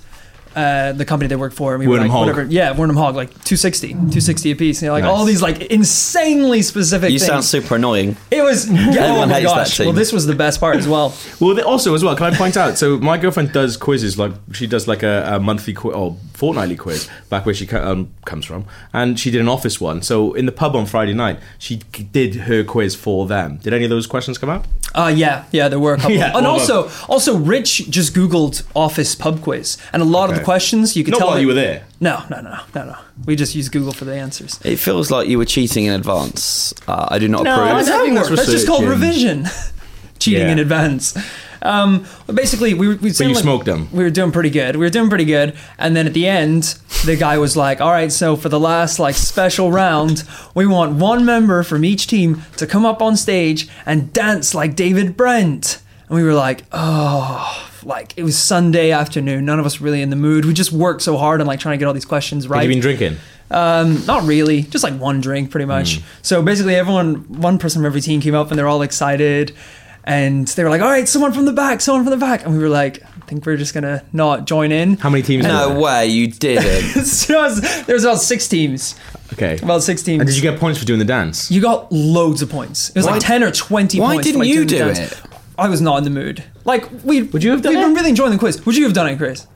[SPEAKER 2] uh, the company they work for? And we
[SPEAKER 1] Wernham
[SPEAKER 2] were like,
[SPEAKER 1] Hogg.
[SPEAKER 2] whatever. Yeah, Wernham Hog, like 260, 260 a piece. And you're like, all
[SPEAKER 1] Nice.
[SPEAKER 2] these like insanely specific
[SPEAKER 3] you
[SPEAKER 2] things.
[SPEAKER 3] sound super annoying.
[SPEAKER 2] It was. Yeah, oh
[SPEAKER 3] Everyone
[SPEAKER 2] my
[SPEAKER 3] hates that
[SPEAKER 2] gosh.
[SPEAKER 3] team.
[SPEAKER 2] Well, this was the best part as well.
[SPEAKER 1] Well, they- also as well, can I point out? So my girlfriend does quizzes, like she does like a, a monthly qu- or fortnightly quiz back where she co- um, comes from, and she did an office one. So in the pub on Friday night, she g- did her quiz for them. Did any of those questions come up?
[SPEAKER 2] Uh, yeah, yeah, there were a couple.
[SPEAKER 1] Yeah,
[SPEAKER 2] and
[SPEAKER 1] all
[SPEAKER 2] also, also, Rich just Googled office pub quiz, and a lot of
[SPEAKER 1] Okay.
[SPEAKER 2] the questions you could
[SPEAKER 1] Not
[SPEAKER 2] tell
[SPEAKER 1] while
[SPEAKER 2] that-
[SPEAKER 1] you were there.
[SPEAKER 2] No, no, no, no, no. We just used Google for the answers.
[SPEAKER 3] It feels like you were cheating in advance. Uh, I do not
[SPEAKER 2] No,
[SPEAKER 3] approve.
[SPEAKER 2] that's,
[SPEAKER 1] having
[SPEAKER 2] that's,
[SPEAKER 1] this
[SPEAKER 2] that's just called
[SPEAKER 1] research
[SPEAKER 2] revision. Cheating
[SPEAKER 1] Yeah.
[SPEAKER 2] in advance. Um, but basically, we were. We
[SPEAKER 1] you smoked 'em.
[SPEAKER 2] We were doing pretty good. We were doing pretty good, and then at the end, the guy was like, "All right, so for the last like special round, we want one member from each team to come up on stage and dance like David Brent." And we were like, "Oh." Like it was Sunday afternoon. None of us really in the mood. We just worked so hard on like trying to get all these questions right.
[SPEAKER 1] Have you been drinking?
[SPEAKER 2] Um, not really, just like one drink, pretty much.
[SPEAKER 1] Hmm.
[SPEAKER 2] So basically, everyone, one person from every team came up, and they're all excited, and they were like, "All right, someone from the back, someone from the back," and we were like, "I think we're just gonna not join in."
[SPEAKER 1] How many teams? were
[SPEAKER 3] No
[SPEAKER 1] there?
[SPEAKER 3] way, you didn't.
[SPEAKER 2] so there's about six teams,
[SPEAKER 1] Okay.
[SPEAKER 2] about six teams.
[SPEAKER 1] and did you get points for doing the dance?
[SPEAKER 2] You got loads of points. It was
[SPEAKER 3] Why-
[SPEAKER 2] like ten or twenty.
[SPEAKER 3] why
[SPEAKER 2] points for,
[SPEAKER 3] didn't
[SPEAKER 2] like,
[SPEAKER 3] you
[SPEAKER 2] doing the
[SPEAKER 3] do
[SPEAKER 2] dance.
[SPEAKER 3] it?
[SPEAKER 2] I was not in the mood. Like we
[SPEAKER 1] Would you have done
[SPEAKER 2] We've
[SPEAKER 1] it?
[SPEAKER 2] been really enjoying the quiz. Would you have done it, Chris?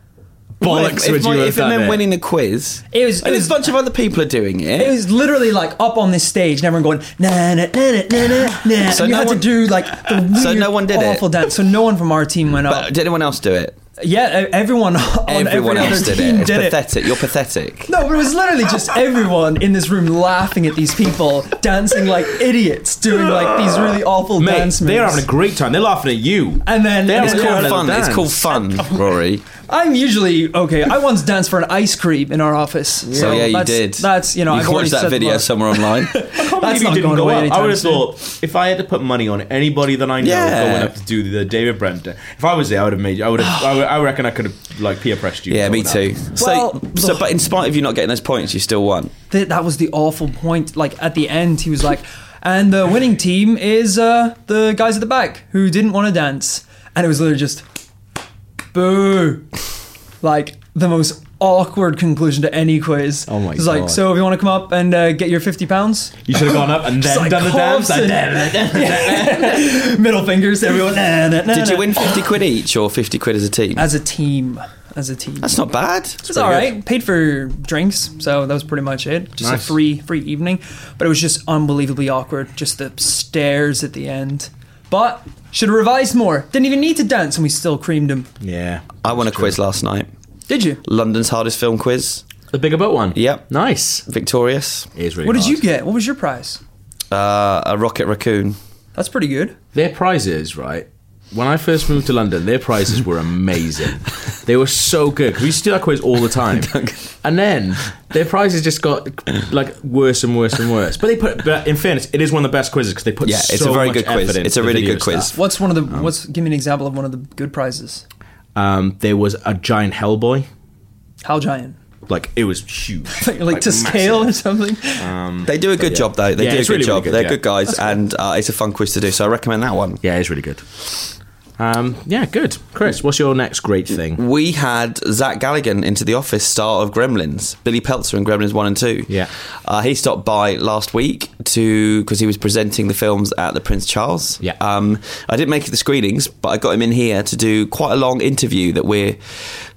[SPEAKER 1] bollocks
[SPEAKER 3] if,
[SPEAKER 1] would
[SPEAKER 3] if
[SPEAKER 1] you
[SPEAKER 3] my-
[SPEAKER 1] have
[SPEAKER 3] if it
[SPEAKER 1] done
[SPEAKER 3] meant
[SPEAKER 1] it?
[SPEAKER 3] winning the quiz?
[SPEAKER 2] It was-
[SPEAKER 3] And
[SPEAKER 2] it
[SPEAKER 3] there's
[SPEAKER 2] was-
[SPEAKER 3] a bunch of other people are doing it.
[SPEAKER 2] It was literally like up on this stage, and everyone going na na na na na na.
[SPEAKER 3] So
[SPEAKER 2] So and you
[SPEAKER 3] no
[SPEAKER 2] had to
[SPEAKER 3] one-
[SPEAKER 2] do like the
[SPEAKER 3] So
[SPEAKER 2] weird,
[SPEAKER 3] no one did it?
[SPEAKER 2] awful dance. So no one from our team went
[SPEAKER 3] but
[SPEAKER 2] up.
[SPEAKER 3] did anyone else do it?
[SPEAKER 2] Yeah, e- everyone on
[SPEAKER 3] Everyone
[SPEAKER 2] every
[SPEAKER 3] else
[SPEAKER 2] other
[SPEAKER 3] did
[SPEAKER 2] team
[SPEAKER 3] it. It's
[SPEAKER 2] did it.
[SPEAKER 3] pathetic. You're pathetic.
[SPEAKER 2] No, but it was literally just everyone in this room laughing at these people dancing like idiots, doing like these really awful
[SPEAKER 1] Mate,
[SPEAKER 2] dance moves.
[SPEAKER 1] they're having a great time. They're laughing at you.
[SPEAKER 2] And then-
[SPEAKER 1] they're
[SPEAKER 2] and
[SPEAKER 3] It's
[SPEAKER 2] then-
[SPEAKER 1] having
[SPEAKER 3] called
[SPEAKER 1] a
[SPEAKER 3] fun.
[SPEAKER 1] dance.
[SPEAKER 3] It's called fun, Rory.
[SPEAKER 2] I'm usually okay. I once danced for an ice cream in our office.
[SPEAKER 3] So
[SPEAKER 2] So
[SPEAKER 3] yeah, you
[SPEAKER 2] that's,
[SPEAKER 3] did.
[SPEAKER 2] That's you know
[SPEAKER 3] you
[SPEAKER 2] I've
[SPEAKER 3] can
[SPEAKER 2] already
[SPEAKER 3] watch that
[SPEAKER 2] said
[SPEAKER 3] video
[SPEAKER 2] look,
[SPEAKER 3] somewhere online.
[SPEAKER 1] That's
[SPEAKER 2] That's
[SPEAKER 1] not
[SPEAKER 2] not
[SPEAKER 1] didn't
[SPEAKER 2] going
[SPEAKER 1] go
[SPEAKER 2] away
[SPEAKER 1] up. I
[SPEAKER 2] anytime
[SPEAKER 1] would have
[SPEAKER 2] soon.
[SPEAKER 1] thought if I had to put money on anybody that I know
[SPEAKER 3] Yeah.
[SPEAKER 1] going up to do the David Brent, if I was there, I would have made. I would have. I, would- I reckon I could have like peer pressed you.
[SPEAKER 3] yeah, me
[SPEAKER 1] and all
[SPEAKER 3] too.
[SPEAKER 1] that.
[SPEAKER 3] So,
[SPEAKER 2] Well,
[SPEAKER 3] so, but in spite of you not getting those points, you still won.
[SPEAKER 2] th- that was the awful point. Like at the end, he was like, "And the winning team is uh, the guys at the back who didn't want to dance," and it was literally just boo, like the most awkward conclusion to any quiz.
[SPEAKER 1] Oh my
[SPEAKER 2] It's
[SPEAKER 1] God.
[SPEAKER 2] like, so if you want to come up and uh, get your fifty pounds,
[SPEAKER 1] You should have gone up and then
[SPEAKER 2] Just, like,
[SPEAKER 1] done the dance.
[SPEAKER 2] coughs
[SPEAKER 1] and
[SPEAKER 2] and- middle fingers, to everyone. Nah, nah, nah,
[SPEAKER 3] Did
[SPEAKER 2] nah.
[SPEAKER 3] you win fifty quid each or fifty quid as a team?
[SPEAKER 2] as a team? As a team,
[SPEAKER 3] That's not bad.
[SPEAKER 2] It's all right. Paid for drinks, so that was pretty much it. Just
[SPEAKER 1] Nice.
[SPEAKER 2] a free free evening, but it was just unbelievably awkward. Just the stares at the end. But should have revised more. Didn't even need to dance, and we still creamed him.
[SPEAKER 1] yeah,
[SPEAKER 3] I won a quiz last night.
[SPEAKER 2] Did you?
[SPEAKER 3] London's hardest film quiz.
[SPEAKER 1] the bigger boat one.
[SPEAKER 3] Yep.
[SPEAKER 1] nice.
[SPEAKER 3] Victorious.
[SPEAKER 1] It is really.
[SPEAKER 2] What did
[SPEAKER 1] hard.
[SPEAKER 2] you get? What was your prize?
[SPEAKER 3] Uh, a rocket raccoon.
[SPEAKER 2] That's pretty good.
[SPEAKER 1] Their prizes, right? When I first moved to London, their prizes were amazing. they were so good because we used to do that quiz all the time. and then their prizes just got like worse and worse and worse. But they put, but in fairness, it is one of the best quizzes because they put
[SPEAKER 3] Yeah, it's
[SPEAKER 1] so
[SPEAKER 3] a very
[SPEAKER 1] much
[SPEAKER 3] good quiz.
[SPEAKER 1] effort into
[SPEAKER 3] It's a
[SPEAKER 1] the
[SPEAKER 3] really
[SPEAKER 1] video
[SPEAKER 3] good quiz.
[SPEAKER 1] stuff.
[SPEAKER 2] What's one of the? what's give me an example of one of the good prizes?
[SPEAKER 1] Um, there was a giant Hellboy.
[SPEAKER 2] How giant?
[SPEAKER 1] Like it was huge,
[SPEAKER 2] Like, to scale or
[SPEAKER 1] massive. Um,
[SPEAKER 2] something?
[SPEAKER 1] Uh,
[SPEAKER 3] They do a good
[SPEAKER 1] yeah.
[SPEAKER 3] job though. They
[SPEAKER 1] Yeah,
[SPEAKER 3] do a
[SPEAKER 1] it's
[SPEAKER 3] good
[SPEAKER 1] really, really
[SPEAKER 3] job.
[SPEAKER 1] good,
[SPEAKER 3] They're
[SPEAKER 1] yeah.
[SPEAKER 3] good guys, and uh, it's a fun quiz to do. So I recommend that one.
[SPEAKER 1] Yeah, it's really good. Um, yeah, good. Chris, what's your next great thing?
[SPEAKER 3] We had Zach Galligan into the office, star of Gremlins, Billy Peltzer in Gremlins One and Two.
[SPEAKER 1] Yeah.
[SPEAKER 3] uh, he stopped by last week to because he was presenting the films at the Prince Charles.
[SPEAKER 1] Yeah.
[SPEAKER 3] um, I didn't make it the screenings, but I got him in here to do quite a long interview that we're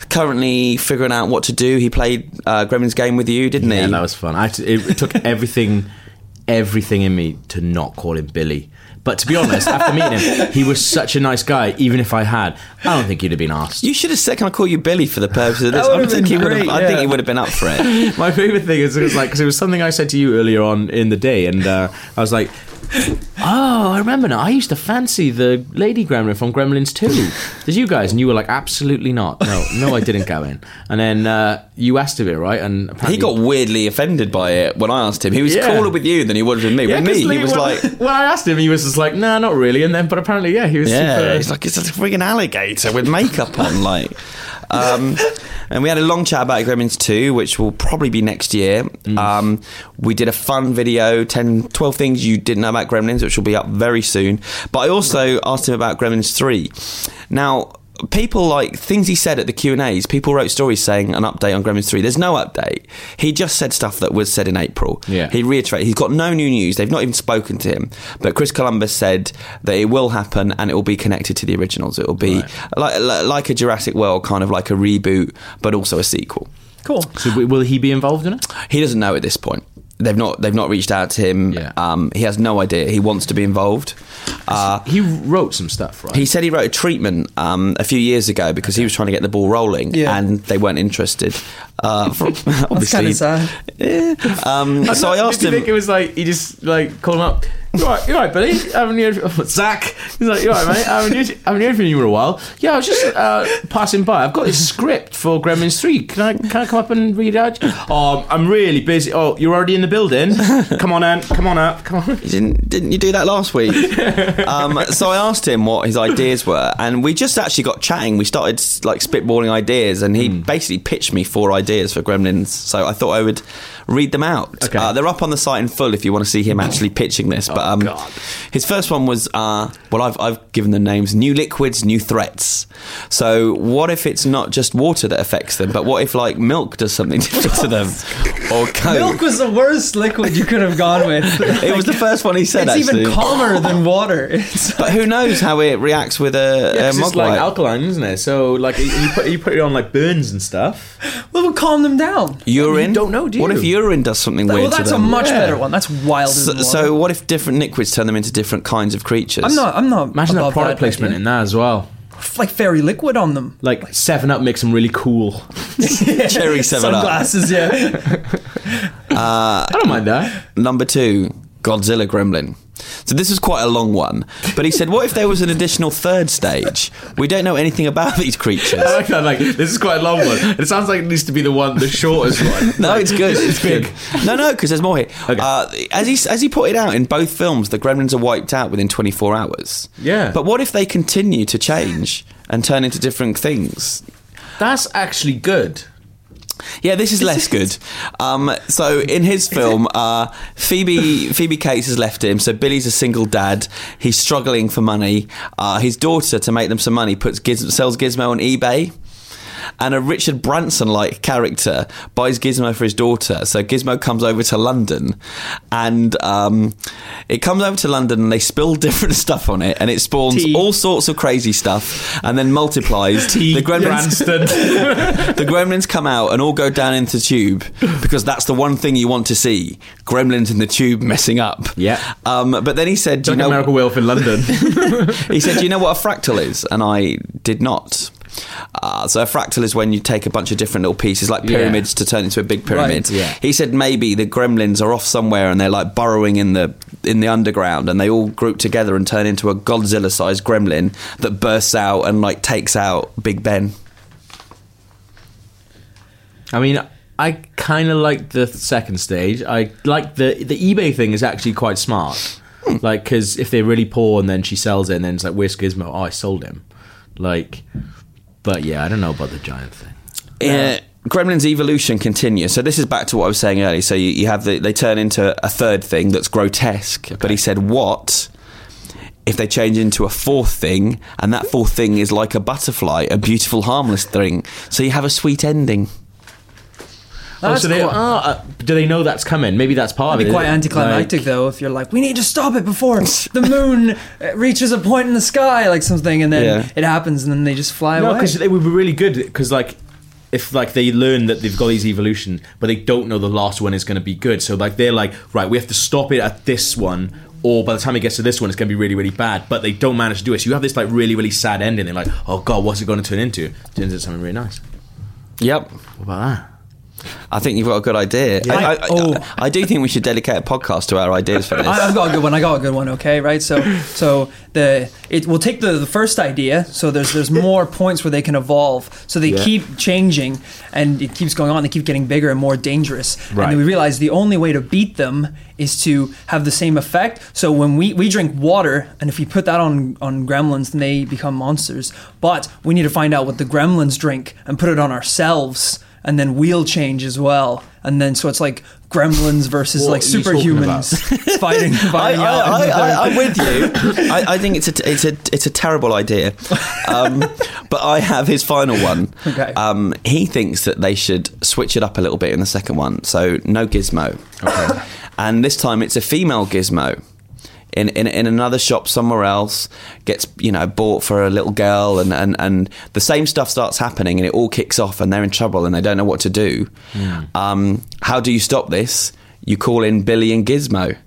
[SPEAKER 3] currently figuring out what to do. He played uh, Gremlins game with you, didn't he?
[SPEAKER 1] Yeah, that was fun. I had to- it, it took everything, everything in me to not call him Billy. But to be honest, after meeting him, he was such a nice guy. Even if I had, I don't think he'd have been asked.
[SPEAKER 3] you should have said, "Can I call you Billy?" For the purpose of this,
[SPEAKER 2] would've
[SPEAKER 3] I'm
[SPEAKER 2] been
[SPEAKER 3] thinking he would've-
[SPEAKER 2] great,
[SPEAKER 3] I think
[SPEAKER 2] yeah.
[SPEAKER 3] he would have been up for it.
[SPEAKER 1] My favorite thing is it was like because it was something I said to you earlier on in the day, and uh, I was like, "Oh, I remember now. I used to fancy the lady gremlin from Gremlins 2. Did you guys?" And you were like, "Absolutely not. No, no, I didn't, Gavin." And then uh, you asked him it right, and apparently
[SPEAKER 3] He got weirdly offended by it when I asked him. He was
[SPEAKER 1] Yeah.
[SPEAKER 3] cooler with you than he was with me.
[SPEAKER 1] Yeah,
[SPEAKER 3] with
[SPEAKER 1] 'cause
[SPEAKER 3] me, he
[SPEAKER 1] Lee-
[SPEAKER 3] was
[SPEAKER 1] when,
[SPEAKER 3] like,
[SPEAKER 1] when I asked him, he was just like, "No, nah, not really." And then, but apparently, yeah, he was.
[SPEAKER 3] yeah,
[SPEAKER 1] super,
[SPEAKER 3] it's like it's a frigging alligator with makeup on, like. Um, and we had a long chat about Gremlins 2, which will probably be next year.
[SPEAKER 1] Mm.
[SPEAKER 3] Um, we did a fun video, 10, 12 things you didn't know about Gremlins, which will be up very soon. But I also asked him about Gremlins 3. Now, people like things he said at the Q&As people wrote stories saying an update on Gremlins 3 there's no update he just said stuff that was said in April
[SPEAKER 1] Yeah.
[SPEAKER 3] he reiterated he's got no new news they've not even spoken to him but Chris Columbus said that it will happen and it will be connected to the originals it will be like, like like a Jurassic World kind of like a reboot but also a sequel
[SPEAKER 2] Cool.
[SPEAKER 1] So, w- will he be involved in it?
[SPEAKER 3] he doesn't know at this point they've not they've not reached out to him
[SPEAKER 1] Yeah.
[SPEAKER 3] um, he has no idea he wants to be involved uh,
[SPEAKER 1] He wrote some stuff, right?
[SPEAKER 3] he said he wrote a treatment um, a few years ago because he was trying to get the ball rolling,
[SPEAKER 2] Yeah.
[SPEAKER 3] and they weren't interested. Uh, for,
[SPEAKER 2] That's kind
[SPEAKER 3] obviously,
[SPEAKER 2] of sad.
[SPEAKER 3] Eh, um, so I asked
[SPEAKER 1] Did you
[SPEAKER 3] him.
[SPEAKER 1] think it was like he just like called him up? You're right, you're right, buddy. I haven't heard oh, Zach. He's like, you're right, mate. I haven't heard, I haven't heard from you in a while. Yeah, I was just uh, passing by. I've got this script for Gremlins Three. Can I can I come up and read it out? Oh, I'm really busy. Oh, you're already in the building. Come on, Ant. Come on up. Come on.
[SPEAKER 3] Didn't didn't you do that last week? um, so I asked him what his ideas were, and we just actually got chatting. We started
[SPEAKER 2] Hmm.
[SPEAKER 3] like spitballing ideas, and he basically pitched me four ideas for Gremlins. So I thought I would read them out.
[SPEAKER 1] Okay.
[SPEAKER 3] Uh, they're up on the site in full if you want to see him actually pitching this.
[SPEAKER 2] Oh,
[SPEAKER 3] But um,
[SPEAKER 1] God.
[SPEAKER 3] his first one was uh, well, I've, I've given them names new liquids, new threats. So, what if it's not just water that affects them, but what if like milk does something different to them? Or coke?
[SPEAKER 2] Milk was the worst liquid you could have gone with.
[SPEAKER 3] it was the first one he said,
[SPEAKER 2] It's
[SPEAKER 3] actually.
[SPEAKER 2] even calmer than water. It's
[SPEAKER 3] but who knows how it reacts with a, a
[SPEAKER 1] 'Cause it's like
[SPEAKER 3] mogwai.
[SPEAKER 1] alkaline, isn't it? So like you put you put it on like burns and stuff.
[SPEAKER 2] Well, we'll calm them down.
[SPEAKER 3] urine?
[SPEAKER 1] You don't know, do
[SPEAKER 3] What
[SPEAKER 1] you?
[SPEAKER 3] if urine does something
[SPEAKER 2] Well,
[SPEAKER 3] weird to
[SPEAKER 2] that's a
[SPEAKER 3] them?
[SPEAKER 2] much
[SPEAKER 1] Yeah.
[SPEAKER 2] better one. That's wild.
[SPEAKER 3] so, so what if different liquids turn them into different kinds of creatures?
[SPEAKER 2] I'm not. I'm not.
[SPEAKER 1] Imagine that
[SPEAKER 2] above
[SPEAKER 1] product
[SPEAKER 2] that
[SPEAKER 1] placement
[SPEAKER 2] idea.
[SPEAKER 1] in that as well.
[SPEAKER 2] like fairy liquid on them.
[SPEAKER 1] Like Seven Up makes them really cool.
[SPEAKER 3] Cherry 7 Up.
[SPEAKER 2] Sunglasses. Yeah.
[SPEAKER 1] I don't mind that.
[SPEAKER 3] Number two, Godzilla Gremlin. So this is quite a long one, but he said, "What if there was an additional third stage? We don't know anything about these creatures."
[SPEAKER 1] I like that. Like this is quite a long one. It sounds like it needs to be the one, the shortest one.
[SPEAKER 3] No, it's good. It's
[SPEAKER 1] big.
[SPEAKER 3] good. No, no, because there's more here. Uh, as he as he pointed out in both films, the Gremlins are wiped out within 24 hours.
[SPEAKER 1] Yeah.
[SPEAKER 3] But what if they continue to change and turn into different things?
[SPEAKER 1] That's actually good.
[SPEAKER 3] Yeah, this is less good. Um, so in his film, uh, Phoebe Phoebe Cates has left him. So Billy's a single dad. He's struggling for money. Uh, his daughter, to make them some money, puts Giz- sells Gizmo on eBay. And a Richard Branson like character buys Gizmo for his daughter. So Gizmo comes over to London and um, it comes over to London and they spill different stuff on it and it spawns
[SPEAKER 1] Tea.
[SPEAKER 3] all sorts of crazy stuff and then multiplies. the Gremlins,
[SPEAKER 1] Branston.
[SPEAKER 3] the gremlins come out and all go down into the tube because that's the one thing you want to see gremlins in the tube messing up
[SPEAKER 1] Yeah.
[SPEAKER 3] um, but then he said do you
[SPEAKER 1] Like
[SPEAKER 3] know
[SPEAKER 1] American Werewolf in London.
[SPEAKER 3] he said do you know what a fractal is and I did not uh, so a fractal is when you take a bunch of different little pieces like
[SPEAKER 1] Yeah.
[SPEAKER 3] pyramids to turn into a big
[SPEAKER 1] Right,
[SPEAKER 3] pyramid
[SPEAKER 1] yeah.
[SPEAKER 3] he said maybe the gremlins are off somewhere and they're like burrowing in the in the underground and they all group together and turn into a Godzilla sized gremlin that bursts out and like takes out Big Ben
[SPEAKER 1] I mean, I kind of like the second stage. I like the the eBay thing is actually quite smart. Like, because if they're really poor and then she sells it and then it's like, where's Gizmo? Oh, I sold him. Like, but yeah, I don't know about the giant thing.
[SPEAKER 3] Yeah. Uh, Gremlin's evolution continues. So this is back to what I was saying earlier. So you, you have the, they turn into a third thing that's grotesque. But he said, what if they change into a fourth thing, and that fourth thing is like a butterfly, a beautiful, harmless thing? So you have a sweet ending.
[SPEAKER 1] Oh,
[SPEAKER 2] That's
[SPEAKER 1] so they
[SPEAKER 2] cool.
[SPEAKER 1] are. uh, do they know that's coming? Maybe that's part
[SPEAKER 2] That'd
[SPEAKER 1] of
[SPEAKER 2] be
[SPEAKER 1] it.
[SPEAKER 2] quite
[SPEAKER 1] Like-
[SPEAKER 2] anticlimactic though if you're like we need to stop it before the moon uh, reaches a point in the sky like something and then
[SPEAKER 3] Yeah.
[SPEAKER 2] it happens and then they just fly
[SPEAKER 1] No,
[SPEAKER 2] away
[SPEAKER 1] because it would be really good. Because like, if like they learn that they've got these evolution, but they don't know the last one is going to be good. So like they're like, right, we have to stop it at this one. Or by the time it gets to this one, it's going to be really, really bad. But they don't manage to do it. So you have this like really, really sad ending. They're like, oh god, what's it going to turn into? Turns into something really nice.
[SPEAKER 3] Yep.
[SPEAKER 1] What about that?
[SPEAKER 3] I think you've got a good idea. I, I, I-
[SPEAKER 2] Oh.
[SPEAKER 3] I do think we should dedicate a podcast to our ideas for this.
[SPEAKER 2] I, I've got a good one. I got a good one. Okay, right. So, so the it will take the, the first idea. So there's there's more points where they can evolve. So they
[SPEAKER 1] Yeah.
[SPEAKER 2] keep changing, and it keeps going on. They keep getting bigger and more dangerous. And
[SPEAKER 1] Right.
[SPEAKER 2] then we realize the only way to beat them is to have the same effect. So when we we drink water, and if we put that on on gremlins, then they become monsters. But we need to find out what the gremlins drink and put it on ourselves. And then we'll change as well, and then so it's like gremlins versus
[SPEAKER 1] What
[SPEAKER 2] like
[SPEAKER 1] are you talking about?
[SPEAKER 2] superhumans fighting,
[SPEAKER 3] I,
[SPEAKER 2] fighting out. in the
[SPEAKER 3] I,
[SPEAKER 2] dark.
[SPEAKER 3] am with you. I, I think it's a it's a it's a terrible idea. Um, but I have his final one.
[SPEAKER 2] Okay.
[SPEAKER 3] Um, he thinks that they should switch it up a little bit in the second one. So no gizmo. Okay. and this time it's a female gizmo. In, in, in another shop somewhere else gets you know bought for a little girl and, and, and the same stuff starts happening and it all kicks off and they're in trouble and they don't know what to do um, how do you stop this you call in billy and gizmo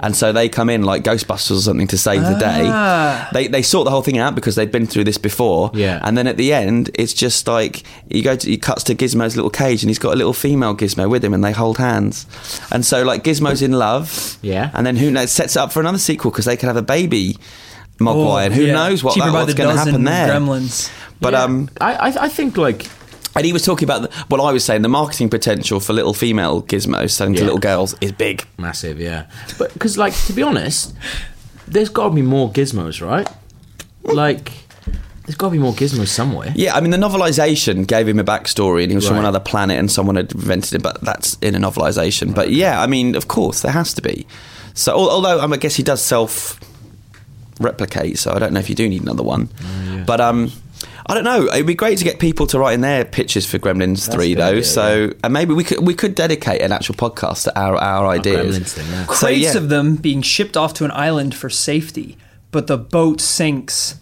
[SPEAKER 3] and so they come in like Ghostbusters or something to save the
[SPEAKER 2] Ah.
[SPEAKER 3] day. They they sort the whole thing out because they've been through this before.
[SPEAKER 1] Yeah.
[SPEAKER 3] And then at the end, it's just like you go. To, he cuts to Gizmo's little cage, and he's got a little female Gizmo with him, and they hold hands. And so like Gizmo's in love.
[SPEAKER 1] Yeah.
[SPEAKER 3] And then who knows? Sets it up for another sequel because they could have a baby. Mogwai,
[SPEAKER 2] Oh,
[SPEAKER 3] and who
[SPEAKER 2] yeah.
[SPEAKER 3] knows what
[SPEAKER 2] Cheaper
[SPEAKER 3] that,
[SPEAKER 2] by
[SPEAKER 3] what's
[SPEAKER 2] the
[SPEAKER 3] going to
[SPEAKER 2] dozen
[SPEAKER 3] happen there?
[SPEAKER 2] Gremlins.
[SPEAKER 3] But
[SPEAKER 1] Yeah.
[SPEAKER 3] um,
[SPEAKER 1] I, I, I think like
[SPEAKER 3] and he was talking about the, what I was saying. The marketing potential for little female Gizmos selling to
[SPEAKER 1] Yeah.
[SPEAKER 3] little girls is big.
[SPEAKER 1] massive, yeah. But because like to be honest, there's got to be more gizmos, right? Like There's got to be more gizmos somewhere.
[SPEAKER 3] Yeah, I mean, the novelization gave him a backstory and he was from
[SPEAKER 1] Right.
[SPEAKER 3] another planet and someone had invented it, but that's in a novelization. But yeah, I mean, of course, there has to be. So, al- although um, I guess he does self replicate, so I don't know if you do need another one.
[SPEAKER 1] Uh, yeah.
[SPEAKER 3] But um, I don't know. It'd be great to get people to write in their pitches for Gremlins 3,
[SPEAKER 1] a good
[SPEAKER 3] though.
[SPEAKER 1] idea,
[SPEAKER 3] so, and maybe we could we could dedicate an actual podcast to our, our ideas.
[SPEAKER 1] Gremlins thing, yeah.
[SPEAKER 3] So,
[SPEAKER 2] Crates
[SPEAKER 3] yeah.
[SPEAKER 2] of them being shipped off to an island for safety, but the boat sinks.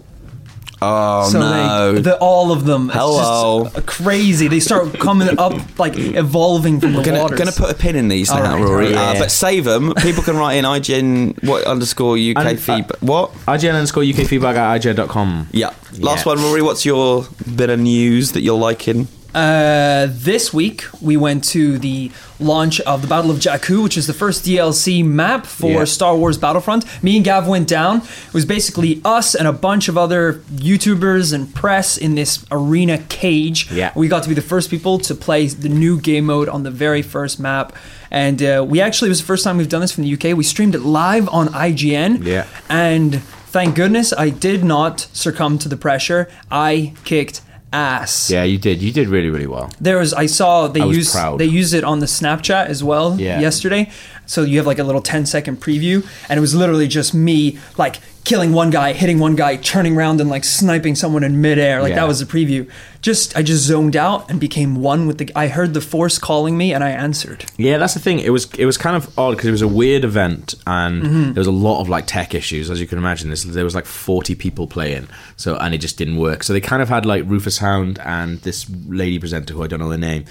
[SPEAKER 3] oh,
[SPEAKER 2] So
[SPEAKER 3] no.
[SPEAKER 2] they, the, all of them. It's
[SPEAKER 3] Hello.
[SPEAKER 2] just crazy. They start coming up, like evolving from the
[SPEAKER 3] Gonna,
[SPEAKER 2] waters.
[SPEAKER 3] gonna put a pin in these
[SPEAKER 2] All
[SPEAKER 3] now,
[SPEAKER 2] right, Oh,
[SPEAKER 3] Rory.
[SPEAKER 1] all
[SPEAKER 3] Uh,
[SPEAKER 1] right.
[SPEAKER 3] but save them. People can write in IGN what underscore UK
[SPEAKER 1] And, uh,
[SPEAKER 3] feedback. What?
[SPEAKER 1] IGN underscore UK feedback at IGN.com.
[SPEAKER 3] Yeah. Last
[SPEAKER 1] Yeah.
[SPEAKER 3] one, Rory. What's your bit of news that you're liking?
[SPEAKER 2] Uh, this week we went to the launch of the Battle of Jakku, which is the first DLC map for
[SPEAKER 1] Yeah.
[SPEAKER 2] Star Wars Battlefront. Me and Gav went down. It was basically us and a bunch of other YouTubers and press in this arena cage.
[SPEAKER 1] Yeah.
[SPEAKER 2] we got to be the first people to play the new game mode on the very first map, and uh, we actually it was the first time we've done this from the UK. We streamed it live on IGN.
[SPEAKER 1] Yeah.
[SPEAKER 2] and thank goodness I did not succumb to the pressure. I kicked ass
[SPEAKER 1] Yeah, you did. You did really, really well.
[SPEAKER 2] there was I saw they
[SPEAKER 1] I was
[SPEAKER 2] used
[SPEAKER 1] proud.
[SPEAKER 2] they used it on the Snapchat as well
[SPEAKER 1] Yeah.
[SPEAKER 2] yesterday. So you have like a little 10 second preview and it was literally just me like killing one guy, hitting one guy, turning around and like sniping someone in midair. Like
[SPEAKER 1] Yeah.
[SPEAKER 2] that was the preview. Just I just zoned out and became one with the I heard the force calling me and I answered.
[SPEAKER 1] Yeah, that's the thing. It was it was kind of odd because it was a weird event and
[SPEAKER 2] Mm-hmm.
[SPEAKER 1] there was a lot of like tech issues, as you can imagine. This there was like forty people playing, so and it just didn't work. So they kind of had like Rufus Hound and this lady presenter who I don't know the name,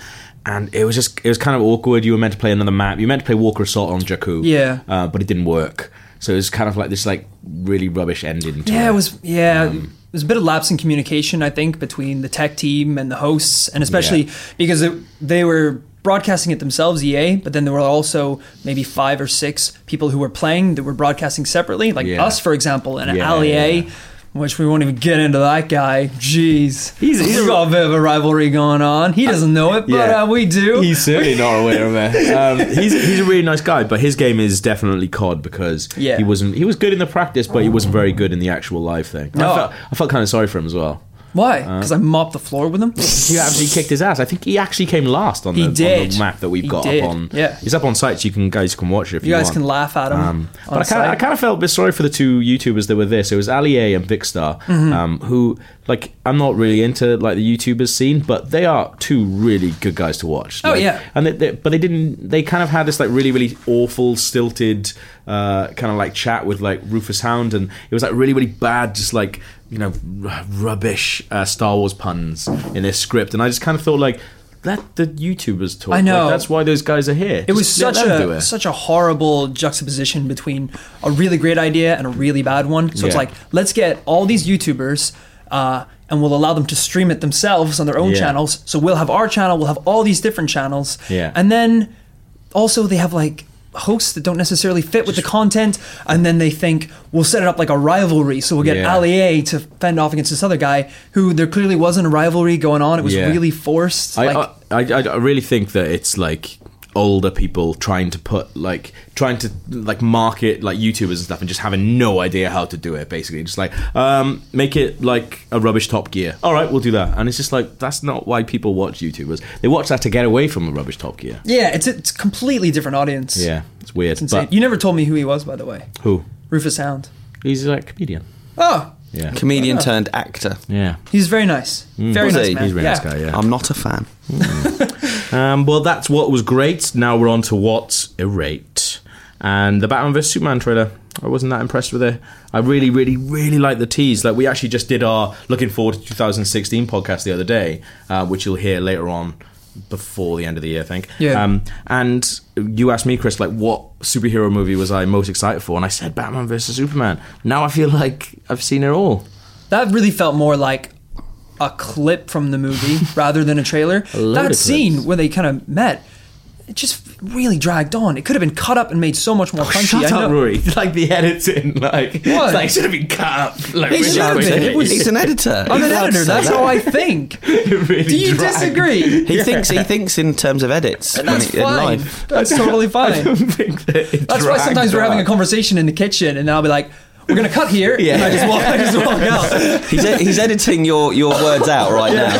[SPEAKER 1] and it was just it was kind of awkward. You were meant to play another map. You were meant to play Walker Assault on Jakku,
[SPEAKER 2] Yeah.
[SPEAKER 1] uh, but it didn't work. So it was kind of like this like really rubbish ending. To Um,
[SPEAKER 2] Yeah, it was yeah, it was a bit of lapse in communication I think between the tech team and the hosts and especially
[SPEAKER 1] Yeah.
[SPEAKER 2] because it, they were broadcasting it themselves EA, but then there were also maybe 5 or 6 people who were playing that were broadcasting separately, like
[SPEAKER 1] Yeah.
[SPEAKER 2] us for example and
[SPEAKER 1] Yeah,
[SPEAKER 2] Ali A
[SPEAKER 1] yeah.
[SPEAKER 2] which we won't even get into that guy. Jeez,
[SPEAKER 1] He's-
[SPEAKER 2] he's,
[SPEAKER 1] he's-
[SPEAKER 2] got a bit of a rivalry going on. He doesn't know it, but
[SPEAKER 1] yeah.
[SPEAKER 2] uh, we do.
[SPEAKER 1] He's certainly not aware of it. Um, he's he's a really nice guy, but his game is definitely COD because
[SPEAKER 2] Yeah.
[SPEAKER 1] he wasn't he was good in the practice, but he wasn't very good in the actual live thing. And I
[SPEAKER 2] No.
[SPEAKER 1] felt, I felt kind of sorry for him as well.
[SPEAKER 2] Why?
[SPEAKER 1] Uh.
[SPEAKER 2] Because I mopped the floor with him.
[SPEAKER 1] He actually kicked his ass. I think he actually came last on,
[SPEAKER 2] He
[SPEAKER 1] the, on the
[SPEAKER 2] did.
[SPEAKER 1] map that we've
[SPEAKER 2] He
[SPEAKER 1] got
[SPEAKER 2] did.
[SPEAKER 1] up on.
[SPEAKER 2] Yeah.
[SPEAKER 1] it's up on site, so you can guys can watch it. If you,
[SPEAKER 2] You guys
[SPEAKER 1] want.
[SPEAKER 2] can laugh at him.
[SPEAKER 1] Um, but
[SPEAKER 2] on
[SPEAKER 1] I kind, of, I
[SPEAKER 2] site.
[SPEAKER 1] kind of felt a bit sorry for the two YouTubers that were there. So it was Ali A and Vicstar,
[SPEAKER 2] Mm-hmm.
[SPEAKER 1] um, who like I'm not really into like the YouTubers scene, but they are two really good guys to watch.
[SPEAKER 2] Oh,
[SPEAKER 1] Like,
[SPEAKER 2] yeah.
[SPEAKER 1] and they, they, but they didn't. They kind of had this like really really awful stilted uh, kind of like chat with like Rufus Hound, and it was like really really bad, just like you know r- rubbish uh, Star Wars puns in their script, and I just kind of thought like. Let the YouTubers talk.
[SPEAKER 2] I
[SPEAKER 1] Like,
[SPEAKER 2] know.
[SPEAKER 1] that's why those guys are here.
[SPEAKER 2] It was such a such a horrible juxtaposition between a really great idea and a really bad one. So it's
[SPEAKER 1] Yeah.
[SPEAKER 2] like let's get all these YouTubers. Uh, and we'll allow them to stream it themselves on their own
[SPEAKER 1] Yeah.
[SPEAKER 2] channels. So we'll have our channel, we'll have all these different channels.
[SPEAKER 1] Yeah.
[SPEAKER 2] And then also they have like hosts that don't necessarily fit with the content. And then they think we'll set it up like a rivalry. So we'll get
[SPEAKER 1] Yeah.
[SPEAKER 2] Ali A to fend off against this other guy who there clearly wasn't a rivalry going on. It was
[SPEAKER 1] Yeah.
[SPEAKER 2] really forced.
[SPEAKER 1] I, uh,
[SPEAKER 2] like,
[SPEAKER 1] I, I, I really think that it's like older people trying to put like trying to like market like YouTubers and stuff and just having no idea how to do it basically just like um make it like a rubbish Top Gear all right we'll do that and it's just like that's not why people watch YouTubers they watch that to get away from a rubbish Top Gear
[SPEAKER 2] yeah, it's, it's a completely different audience.
[SPEAKER 1] yeah it's weird
[SPEAKER 2] Insane.
[SPEAKER 1] but
[SPEAKER 2] you never told me who he was, by the way.
[SPEAKER 1] who
[SPEAKER 2] Rufus Hound.
[SPEAKER 1] he's like a comedian
[SPEAKER 2] Oh,
[SPEAKER 1] yeah
[SPEAKER 3] Comedian turned actor.
[SPEAKER 1] yeah
[SPEAKER 2] he's very nice. Very
[SPEAKER 3] Was
[SPEAKER 2] nice
[SPEAKER 3] he?
[SPEAKER 2] man.
[SPEAKER 1] Hmm. he's a really nice
[SPEAKER 2] Yeah.
[SPEAKER 1] guy yeah
[SPEAKER 3] I'm not a fan.
[SPEAKER 1] Um, well, that's what was great. Now we're on to what's irate. And the Batman vs Superman trailer, I wasn't that impressed with it. I really, really, really like the tease. Like we actually just did our looking forward to 2016 podcast the other day, uh, which you'll hear later on before the end of the year, I think.
[SPEAKER 2] Yeah.
[SPEAKER 1] Um, and you asked me, Chris, like what superhero movie was I most excited for? And I said Batman vs Superman. Now I feel like I've seen it all.
[SPEAKER 2] That really felt more like a clip from the movie rather than a trailer.
[SPEAKER 1] load of
[SPEAKER 2] that
[SPEAKER 1] clips.
[SPEAKER 2] scene where they kind of met, it just really dragged on. It could have been cut up and made so much more punchy.
[SPEAKER 1] Oh, Shut
[SPEAKER 2] I
[SPEAKER 1] up,
[SPEAKER 2] know.
[SPEAKER 1] Rory. Like the editing, like it's
[SPEAKER 2] What?
[SPEAKER 1] like should have been cut up. Like
[SPEAKER 2] It should have
[SPEAKER 1] quick.
[SPEAKER 2] been. It was-
[SPEAKER 3] He's an editor.
[SPEAKER 2] I'm
[SPEAKER 3] He's
[SPEAKER 2] an
[SPEAKER 3] allowed to
[SPEAKER 2] editor.
[SPEAKER 3] say
[SPEAKER 2] That's
[SPEAKER 3] that.
[SPEAKER 2] how I think.
[SPEAKER 1] It really
[SPEAKER 2] Do you
[SPEAKER 1] dragged.
[SPEAKER 2] disagree?
[SPEAKER 3] He thinks he thinks in terms of edits. when
[SPEAKER 2] That's
[SPEAKER 3] he- in
[SPEAKER 2] fine.
[SPEAKER 3] life.
[SPEAKER 2] That's totally
[SPEAKER 1] I
[SPEAKER 2] fine.
[SPEAKER 1] don't think that it
[SPEAKER 2] That's why
[SPEAKER 1] dragged
[SPEAKER 2] sometimes we're having a
[SPEAKER 1] up.
[SPEAKER 2] conversation in the kitchen, and I'll be like, we're gonna cut here.
[SPEAKER 3] Yeah.
[SPEAKER 2] And I just walk. I just walk out.
[SPEAKER 3] He's, e- he's editing your, your words out right now.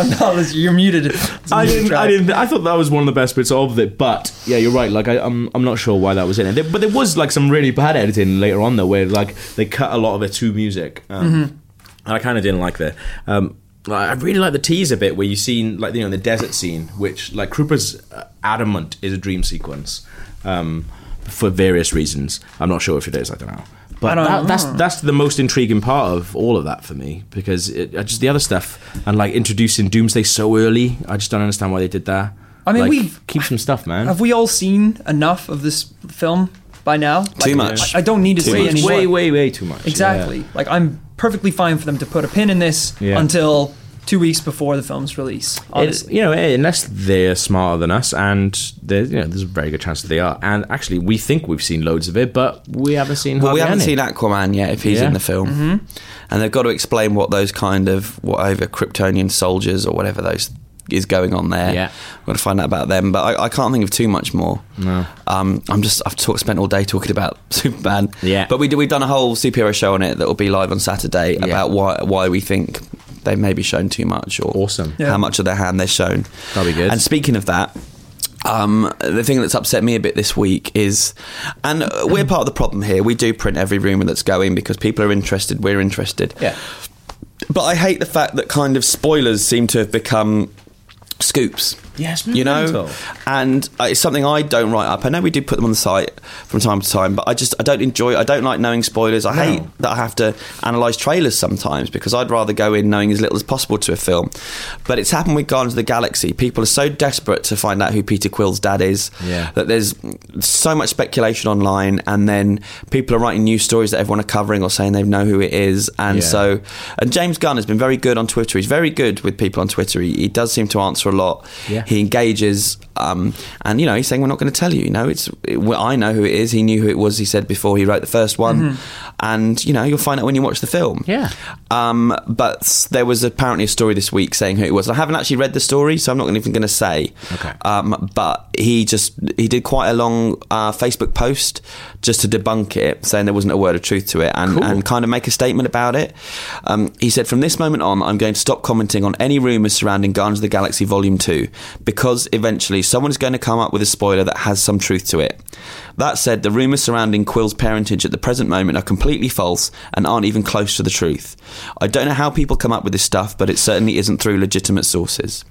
[SPEAKER 2] I'm not listening. You're muted. It's a
[SPEAKER 1] I
[SPEAKER 2] muted
[SPEAKER 1] didn't. I
[SPEAKER 2] track.
[SPEAKER 1] didn't. I thought that was one of the best bits of it. But yeah, you're right. Like I, I'm, I'm not sure why that was in it. There- But there was like some really bad editing later on though, where like they cut a lot of it to music, um,
[SPEAKER 2] Mm-hmm.
[SPEAKER 1] and I kind of didn't like that. Um, I I really like the teaser bit where you seen like you know the desert scene, which like Krupa's uh, adamant is a dream sequence, um, for various reasons. I'm not sure if it is. I don't know. But
[SPEAKER 2] don't
[SPEAKER 1] that, that's
[SPEAKER 2] know.
[SPEAKER 1] that's the most intriguing part of all of that for me because it, uh, just the other stuff and like introducing Doomsday so early, I just don't understand why they did that.
[SPEAKER 2] I mean,
[SPEAKER 1] Like,
[SPEAKER 2] we've-
[SPEAKER 1] keep some stuff, man.
[SPEAKER 2] Have we all seen enough of this film by now?
[SPEAKER 3] Too
[SPEAKER 2] Like,
[SPEAKER 3] much.
[SPEAKER 2] I, I don't need to
[SPEAKER 3] Too
[SPEAKER 2] see
[SPEAKER 3] much.
[SPEAKER 2] any
[SPEAKER 1] It's
[SPEAKER 2] more.
[SPEAKER 1] way, way, way too much.
[SPEAKER 2] Exactly. Like I'm perfectly fine for them to put a pin in this
[SPEAKER 1] Yeah.
[SPEAKER 2] until two weeks before the film's release.
[SPEAKER 1] Yeah. It-
[SPEAKER 2] Honestly,
[SPEAKER 1] you know, eh, unless they're smarter than us, and there's you know, there's a very good chance that they are. And actually, we think we've seen loads of it, but we haven't seen.
[SPEAKER 3] Well, we
[SPEAKER 1] hardly
[SPEAKER 3] haven't
[SPEAKER 1] any.
[SPEAKER 3] seen Aquaman yet if he's
[SPEAKER 1] Yeah.
[SPEAKER 3] in the film. And they've got to explain what those kind of, whatever, Kryptonian soldiers or whatever those is going on there.
[SPEAKER 1] Yeah.
[SPEAKER 3] We've got to find out about them. But I, I can't think of too much more.
[SPEAKER 1] No.
[SPEAKER 3] Um, I'm just, I've talk, spent all day talking about Superman.
[SPEAKER 1] Yeah.
[SPEAKER 3] But we, do- we've done a whole superhero show on it that will be live on Saturday
[SPEAKER 1] Yeah.
[SPEAKER 3] about why, why we think they may be shown too much or
[SPEAKER 1] Awesome.
[SPEAKER 2] Yeah.
[SPEAKER 3] how much of their hand they're shown.
[SPEAKER 1] That'll be good.
[SPEAKER 3] And speaking of that, um, the thing that's upset me a bit this week is, and uh, we're part of the problem here. We do print every rumor that's going because people are interested. We're interested.
[SPEAKER 1] Yeah.
[SPEAKER 3] But I hate the fact that kind of spoilers seem to have become scoops.
[SPEAKER 1] Yes,
[SPEAKER 3] You know,
[SPEAKER 1] mental.
[SPEAKER 3] and uh, it's something I don't write up. I know we do put them on the site from time to time, but I just I don't enjoy. I don't like knowing spoilers. I hate that I have to analyze trailers sometimes because I'd rather go in knowing as little as possible to a film. But it's happened with Guardians of the Galaxy. People are so desperate to find out who Peter Quill's dad is
[SPEAKER 1] Yeah.
[SPEAKER 3] that there's so much speculation online, and then people are writing news stories that everyone are covering or saying they know who it is, and
[SPEAKER 1] Yeah.
[SPEAKER 3] so and James Gunn has been very good on Twitter. He's very good with people on Twitter. He, he does seem to answer a lot.
[SPEAKER 1] Yeah.
[SPEAKER 3] He engages, um, and you know, he's saying we're not going to tell you. You know, it's it, well, I know who it is. He knew who it was. He said before he wrote the first one, and you know, you'll find out when you watch the film.
[SPEAKER 1] Mm-hmm. Yeah.
[SPEAKER 3] Um, but s- there was apparently a story this week saying who it was. I haven't actually read the story, so I'm not even going to say.
[SPEAKER 1] Okay.
[SPEAKER 3] Um, but he just he did quite a long uh, Facebook post just to debunk it, saying there wasn't a word of truth to it, and,
[SPEAKER 1] Cool.
[SPEAKER 3] and kind of make a statement about it. Um, he said, "From this moment on, I'm going to stop commenting on any rumors surrounding Guardians of the Galaxy Volume Two, because eventually someone is going to come up with a spoiler that has some truth to it." That said, the rumors surrounding Quill's parentage at the present moment are completely false and aren't even close to the truth. I don't know how people come up with this stuff, but it certainly isn't through legitimate sources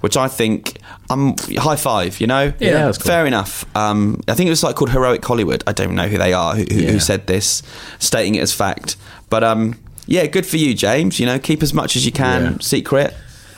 [SPEAKER 3] which I think um, high five. You know,
[SPEAKER 1] Yeah, that's cool.
[SPEAKER 3] fair enough. Um, I think it was like called Heroic Hollywood. I don't know who they are who, who,
[SPEAKER 1] Yeah.
[SPEAKER 3] who said this, stating it as fact. But um, yeah, good for you, James. You know, keep as much as you can
[SPEAKER 1] Yeah.
[SPEAKER 3] secret.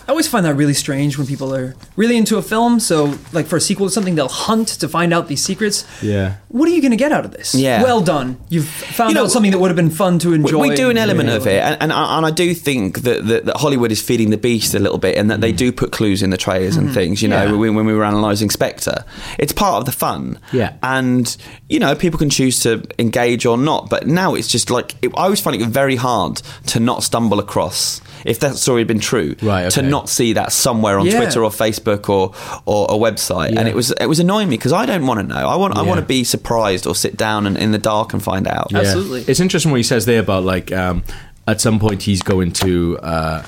[SPEAKER 2] I always find that really strange when people are really into a film. So, like for a sequel to something, they'll hunt to find out these secrets.
[SPEAKER 1] Yeah.
[SPEAKER 2] What are you going to get out of this?
[SPEAKER 3] Yeah.
[SPEAKER 2] Well done. You've found
[SPEAKER 3] You know,
[SPEAKER 2] out something that would have been fun to
[SPEAKER 3] We-
[SPEAKER 2] enjoy.
[SPEAKER 3] We do an element of
[SPEAKER 2] Yeah.
[SPEAKER 3] it, and, and I- and I do think that, that that Hollywood is feeding the beast a little bit, and that they do put clues in the trailers and things. You know,
[SPEAKER 1] Mm. Mm-hmm. Yeah.
[SPEAKER 3] when, when we were analysing Spectre, it's part of the fun.
[SPEAKER 1] Yeah.
[SPEAKER 3] and you know, people can choose to engage or not. But now it's just like it, I always find it very hard to not stumble across if that story had been true,
[SPEAKER 1] Right,
[SPEAKER 3] to
[SPEAKER 1] okay.
[SPEAKER 3] not see that somewhere on
[SPEAKER 2] Yeah.
[SPEAKER 3] Twitter or Facebook or or a website, and
[SPEAKER 1] Yeah.
[SPEAKER 3] it was it was annoying me because I don't want to know. I want I
[SPEAKER 1] Yeah.
[SPEAKER 3] want to be surprised or sit down and in the dark and find out.
[SPEAKER 1] Yeah.
[SPEAKER 2] Absolutely.
[SPEAKER 1] It's interesting what he says there about like um, at some point he's going to uh,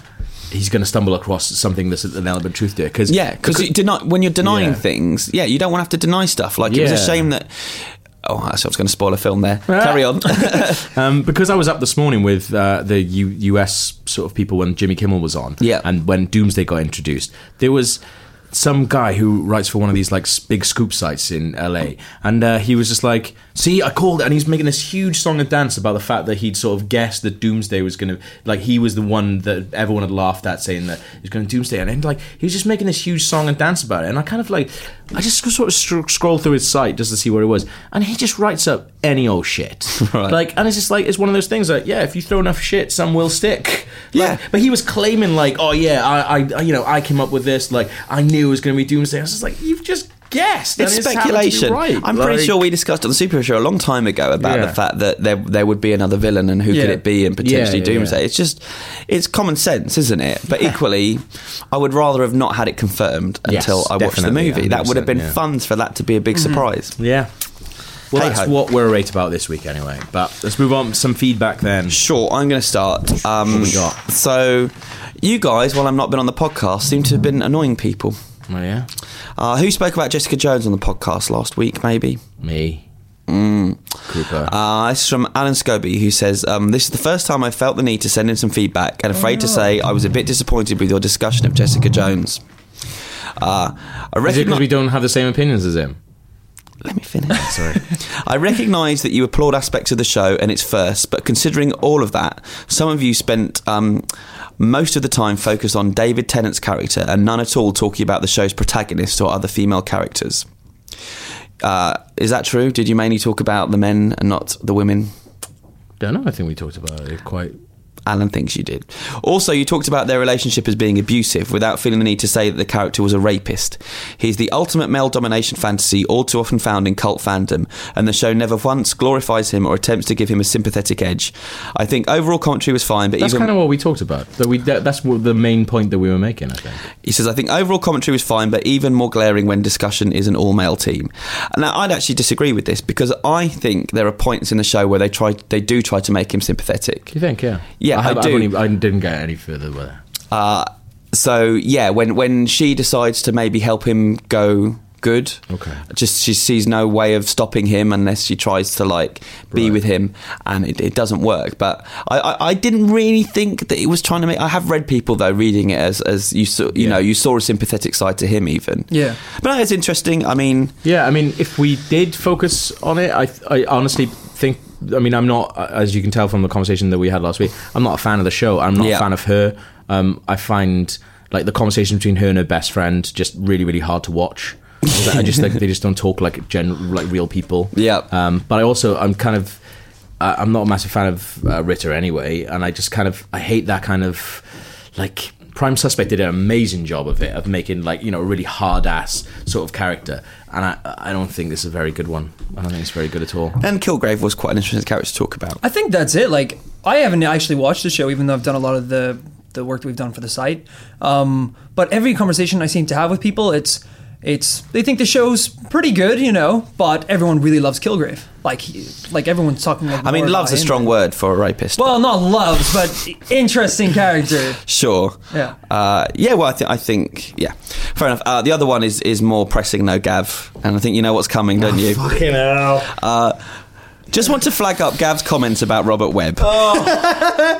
[SPEAKER 1] he's going to stumble across something that's an element of truth there because
[SPEAKER 3] Yeah, because deny when you're denying
[SPEAKER 1] Yeah.
[SPEAKER 3] things, yeah, you don't want to have to deny stuff. Like it was a
[SPEAKER 1] Yeah.
[SPEAKER 3] shame that. Oh, I was going to spoil a film there. Carry on.
[SPEAKER 1] um, because I was up this morning with uh, the U- US sort of people when Jimmy Kimmel was on
[SPEAKER 3] Yeah.
[SPEAKER 1] and when Doomsday got introduced there was some guy who writes for one of these like s- big scoop sites in LA and uh, he was just like see I called it," and he's making this huge song and dance about the fact that he'd sort of guessed that Doomsday was going to like he was the one that everyone had laughed at saying that he was going to Doomsday and then like he was just making this huge song and dance about it and I kind of like I just sort of stro- scroll through his site just to see where it was and he just writes up any old shit
[SPEAKER 3] Right.
[SPEAKER 1] like like, and it's just like it's one of those things like yeah if you throw enough shit some will stick Like,
[SPEAKER 3] Yeah.
[SPEAKER 1] but he was claiming like oh yeah I, I- I you know I came up with this like I knew it was gonna be doomsday I was just like you've just guessed
[SPEAKER 3] it's
[SPEAKER 1] and happened to be
[SPEAKER 3] speculation.
[SPEAKER 1] right.
[SPEAKER 3] I'm pretty
[SPEAKER 1] Like-
[SPEAKER 3] sure we discussed on the Super Show a long time ago about
[SPEAKER 1] Yeah.
[SPEAKER 3] the fact that there there would be another villain and who could
[SPEAKER 2] Yeah.
[SPEAKER 3] it be and potentially
[SPEAKER 1] yeah,
[SPEAKER 3] Doomsday.
[SPEAKER 1] yeah.
[SPEAKER 3] It's just it's common sense, isn't it? But equally, I would rather have not had it confirmed
[SPEAKER 1] Yes,
[SPEAKER 3] until I watched the
[SPEAKER 1] definitely,
[SPEAKER 3] movie. That would have been
[SPEAKER 1] 100%, yeah.
[SPEAKER 3] fun for that to be a big surprise.
[SPEAKER 1] yeah Well,
[SPEAKER 3] Hey
[SPEAKER 1] that's
[SPEAKER 3] ho.
[SPEAKER 1] what we're rate about this week, anyway. But let's move on. Some feedback then.
[SPEAKER 3] Sure, I'm going to start. Um,
[SPEAKER 1] What we got?
[SPEAKER 3] So, you guys, while I've not been on the podcast, seem to have been annoying people.
[SPEAKER 1] Oh yeah,
[SPEAKER 3] Uh, who spoke about Jessica Jones on the podcast last week, maybe?
[SPEAKER 1] me, Cooper.
[SPEAKER 3] Mm. Uh, this is from Alan Scobie, who says, um, This is the first time I felt the need to send in some feedback, and afraid to say I was a bit disappointed with your discussion of Jessica Jones. Uh, I
[SPEAKER 1] Is it
[SPEAKER 3] recogni-
[SPEAKER 1] because we don't have the same opinions as him?
[SPEAKER 3] Let me finish.
[SPEAKER 1] Sorry.
[SPEAKER 3] I recognise that you applaud aspects of the show and its first, but considering all of that, some of you spent um, most of the time focused on David Tennant's character and none at all talking about the show's protagonist or other female characters. Uh, is that true? Did you mainly talk about the men and not the women?
[SPEAKER 1] don't know. I think we talked about it quite.
[SPEAKER 3] Alan thinks you did. Also, you talked about their relationship as being abusive without feeling the need to say that the character was a rapist. He's the ultimate male domination fantasy all too often found in cult fandom, and the show never once glorifies him or attempts to give him a sympathetic edge. I think overall commentary was fine, but
[SPEAKER 1] That's
[SPEAKER 3] even
[SPEAKER 1] kind of what we talked about. That we that, that's what the main point that we were making. I think.
[SPEAKER 3] He says, I think overall commentary was fine, but even more glaring when discussion is an all male team. Now, I'd actually disagree with this because I think there are points in the show where they try, they do try to make him sympathetic.
[SPEAKER 1] Do you think? Yeah.
[SPEAKER 3] Yeah,
[SPEAKER 1] I, have,
[SPEAKER 3] I
[SPEAKER 1] I've
[SPEAKER 3] do.
[SPEAKER 1] only- I didn't get any further with it.
[SPEAKER 3] Uh, so yeah, when when she decides to maybe help him go good,
[SPEAKER 1] Okay.
[SPEAKER 3] just she sees no way of stopping him unless she tries to like be
[SPEAKER 1] Right.
[SPEAKER 3] with him, and it, it doesn't work. But I, I, I didn't really think that it was trying to make. I have read people though reading it as as you saw you
[SPEAKER 1] Yeah.
[SPEAKER 3] know you saw a sympathetic side to him even.
[SPEAKER 2] Yeah.
[SPEAKER 3] but no, it's interesting. I mean,
[SPEAKER 1] Yeah, I mean, if we did focus on it, I, I honestly think. I mean, I'm not, as you can tell from the conversation that we had last week, I'm not a fan of the show. I'm not
[SPEAKER 3] Yeah.
[SPEAKER 1] a fan of her. Um, I find like the conversation between her and her best friend just really, really hard to watch. I just think they just don't talk like gen like real people.
[SPEAKER 3] Yeah.
[SPEAKER 1] Um, but I also I'm kind of uh, I'm not a massive fan of uh, Ritter anyway, and I just kind of I hate that kind of like Prime Suspect did an amazing job of it of making like you know a really hard ass sort of character, and I I don't think this is a very good one. I don't think it's very good at all.
[SPEAKER 3] and Kilgrave was quite an interesting character to talk about.
[SPEAKER 2] I think that's it. Like I haven't actually watched the show, even though I've done a lot of the the work that we've done for the site. Um, but every conversation I seem to have with people, it's it's they think the show's pretty good, you know, but everyone really loves Kilgrave. Like he, like everyone's talking. Like
[SPEAKER 3] I mean,
[SPEAKER 2] more
[SPEAKER 3] love's a
[SPEAKER 2] about him.
[SPEAKER 3] strong word for a rapist.
[SPEAKER 2] Well, not loves, but interesting character.
[SPEAKER 3] Sure.
[SPEAKER 2] Yeah.
[SPEAKER 3] Uh, yeah. Well, I, th- I think yeah. Fair enough. Uh, the other one is is more pressing, no Gav, and I think you know what's coming, don't you?
[SPEAKER 1] Oh,
[SPEAKER 3] Uh,
[SPEAKER 1] Fucking hell!
[SPEAKER 3] Just want to flag up Gav's comments about Robert Webb.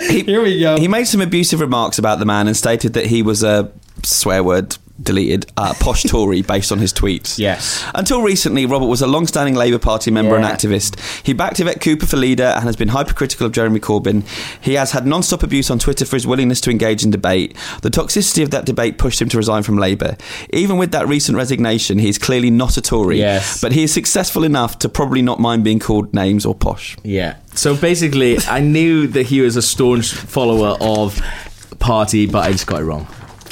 [SPEAKER 3] he,
[SPEAKER 2] Here we go.
[SPEAKER 3] He made some abusive remarks about the man and stated that he was a swear word deleted uh, posh Tory based on his tweets.
[SPEAKER 1] Yes.
[SPEAKER 3] Until recently, Robert was a long-standing Labour Party member
[SPEAKER 1] Yeah.
[SPEAKER 3] and activist. He backed Yvette Cooper for leader and has been hypercritical of Jeremy Corbyn. He has had non-stop abuse on Twitter for his willingness to engage in debate. The toxicity of that debate pushed him to resign from Labour. Even with that recent resignation, he is clearly not a Tory.
[SPEAKER 1] Yes.
[SPEAKER 3] But he is successful enough to probably not mind being called names or posh.
[SPEAKER 1] Yeah. So basically, I knew that he was a staunch follower of party, but I just got it wrong.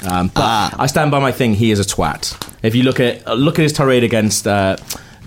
[SPEAKER 1] Um, but
[SPEAKER 3] Ah.
[SPEAKER 1] I stand by my thing. He is a twat. If you look at uh, look at his tirade against uh,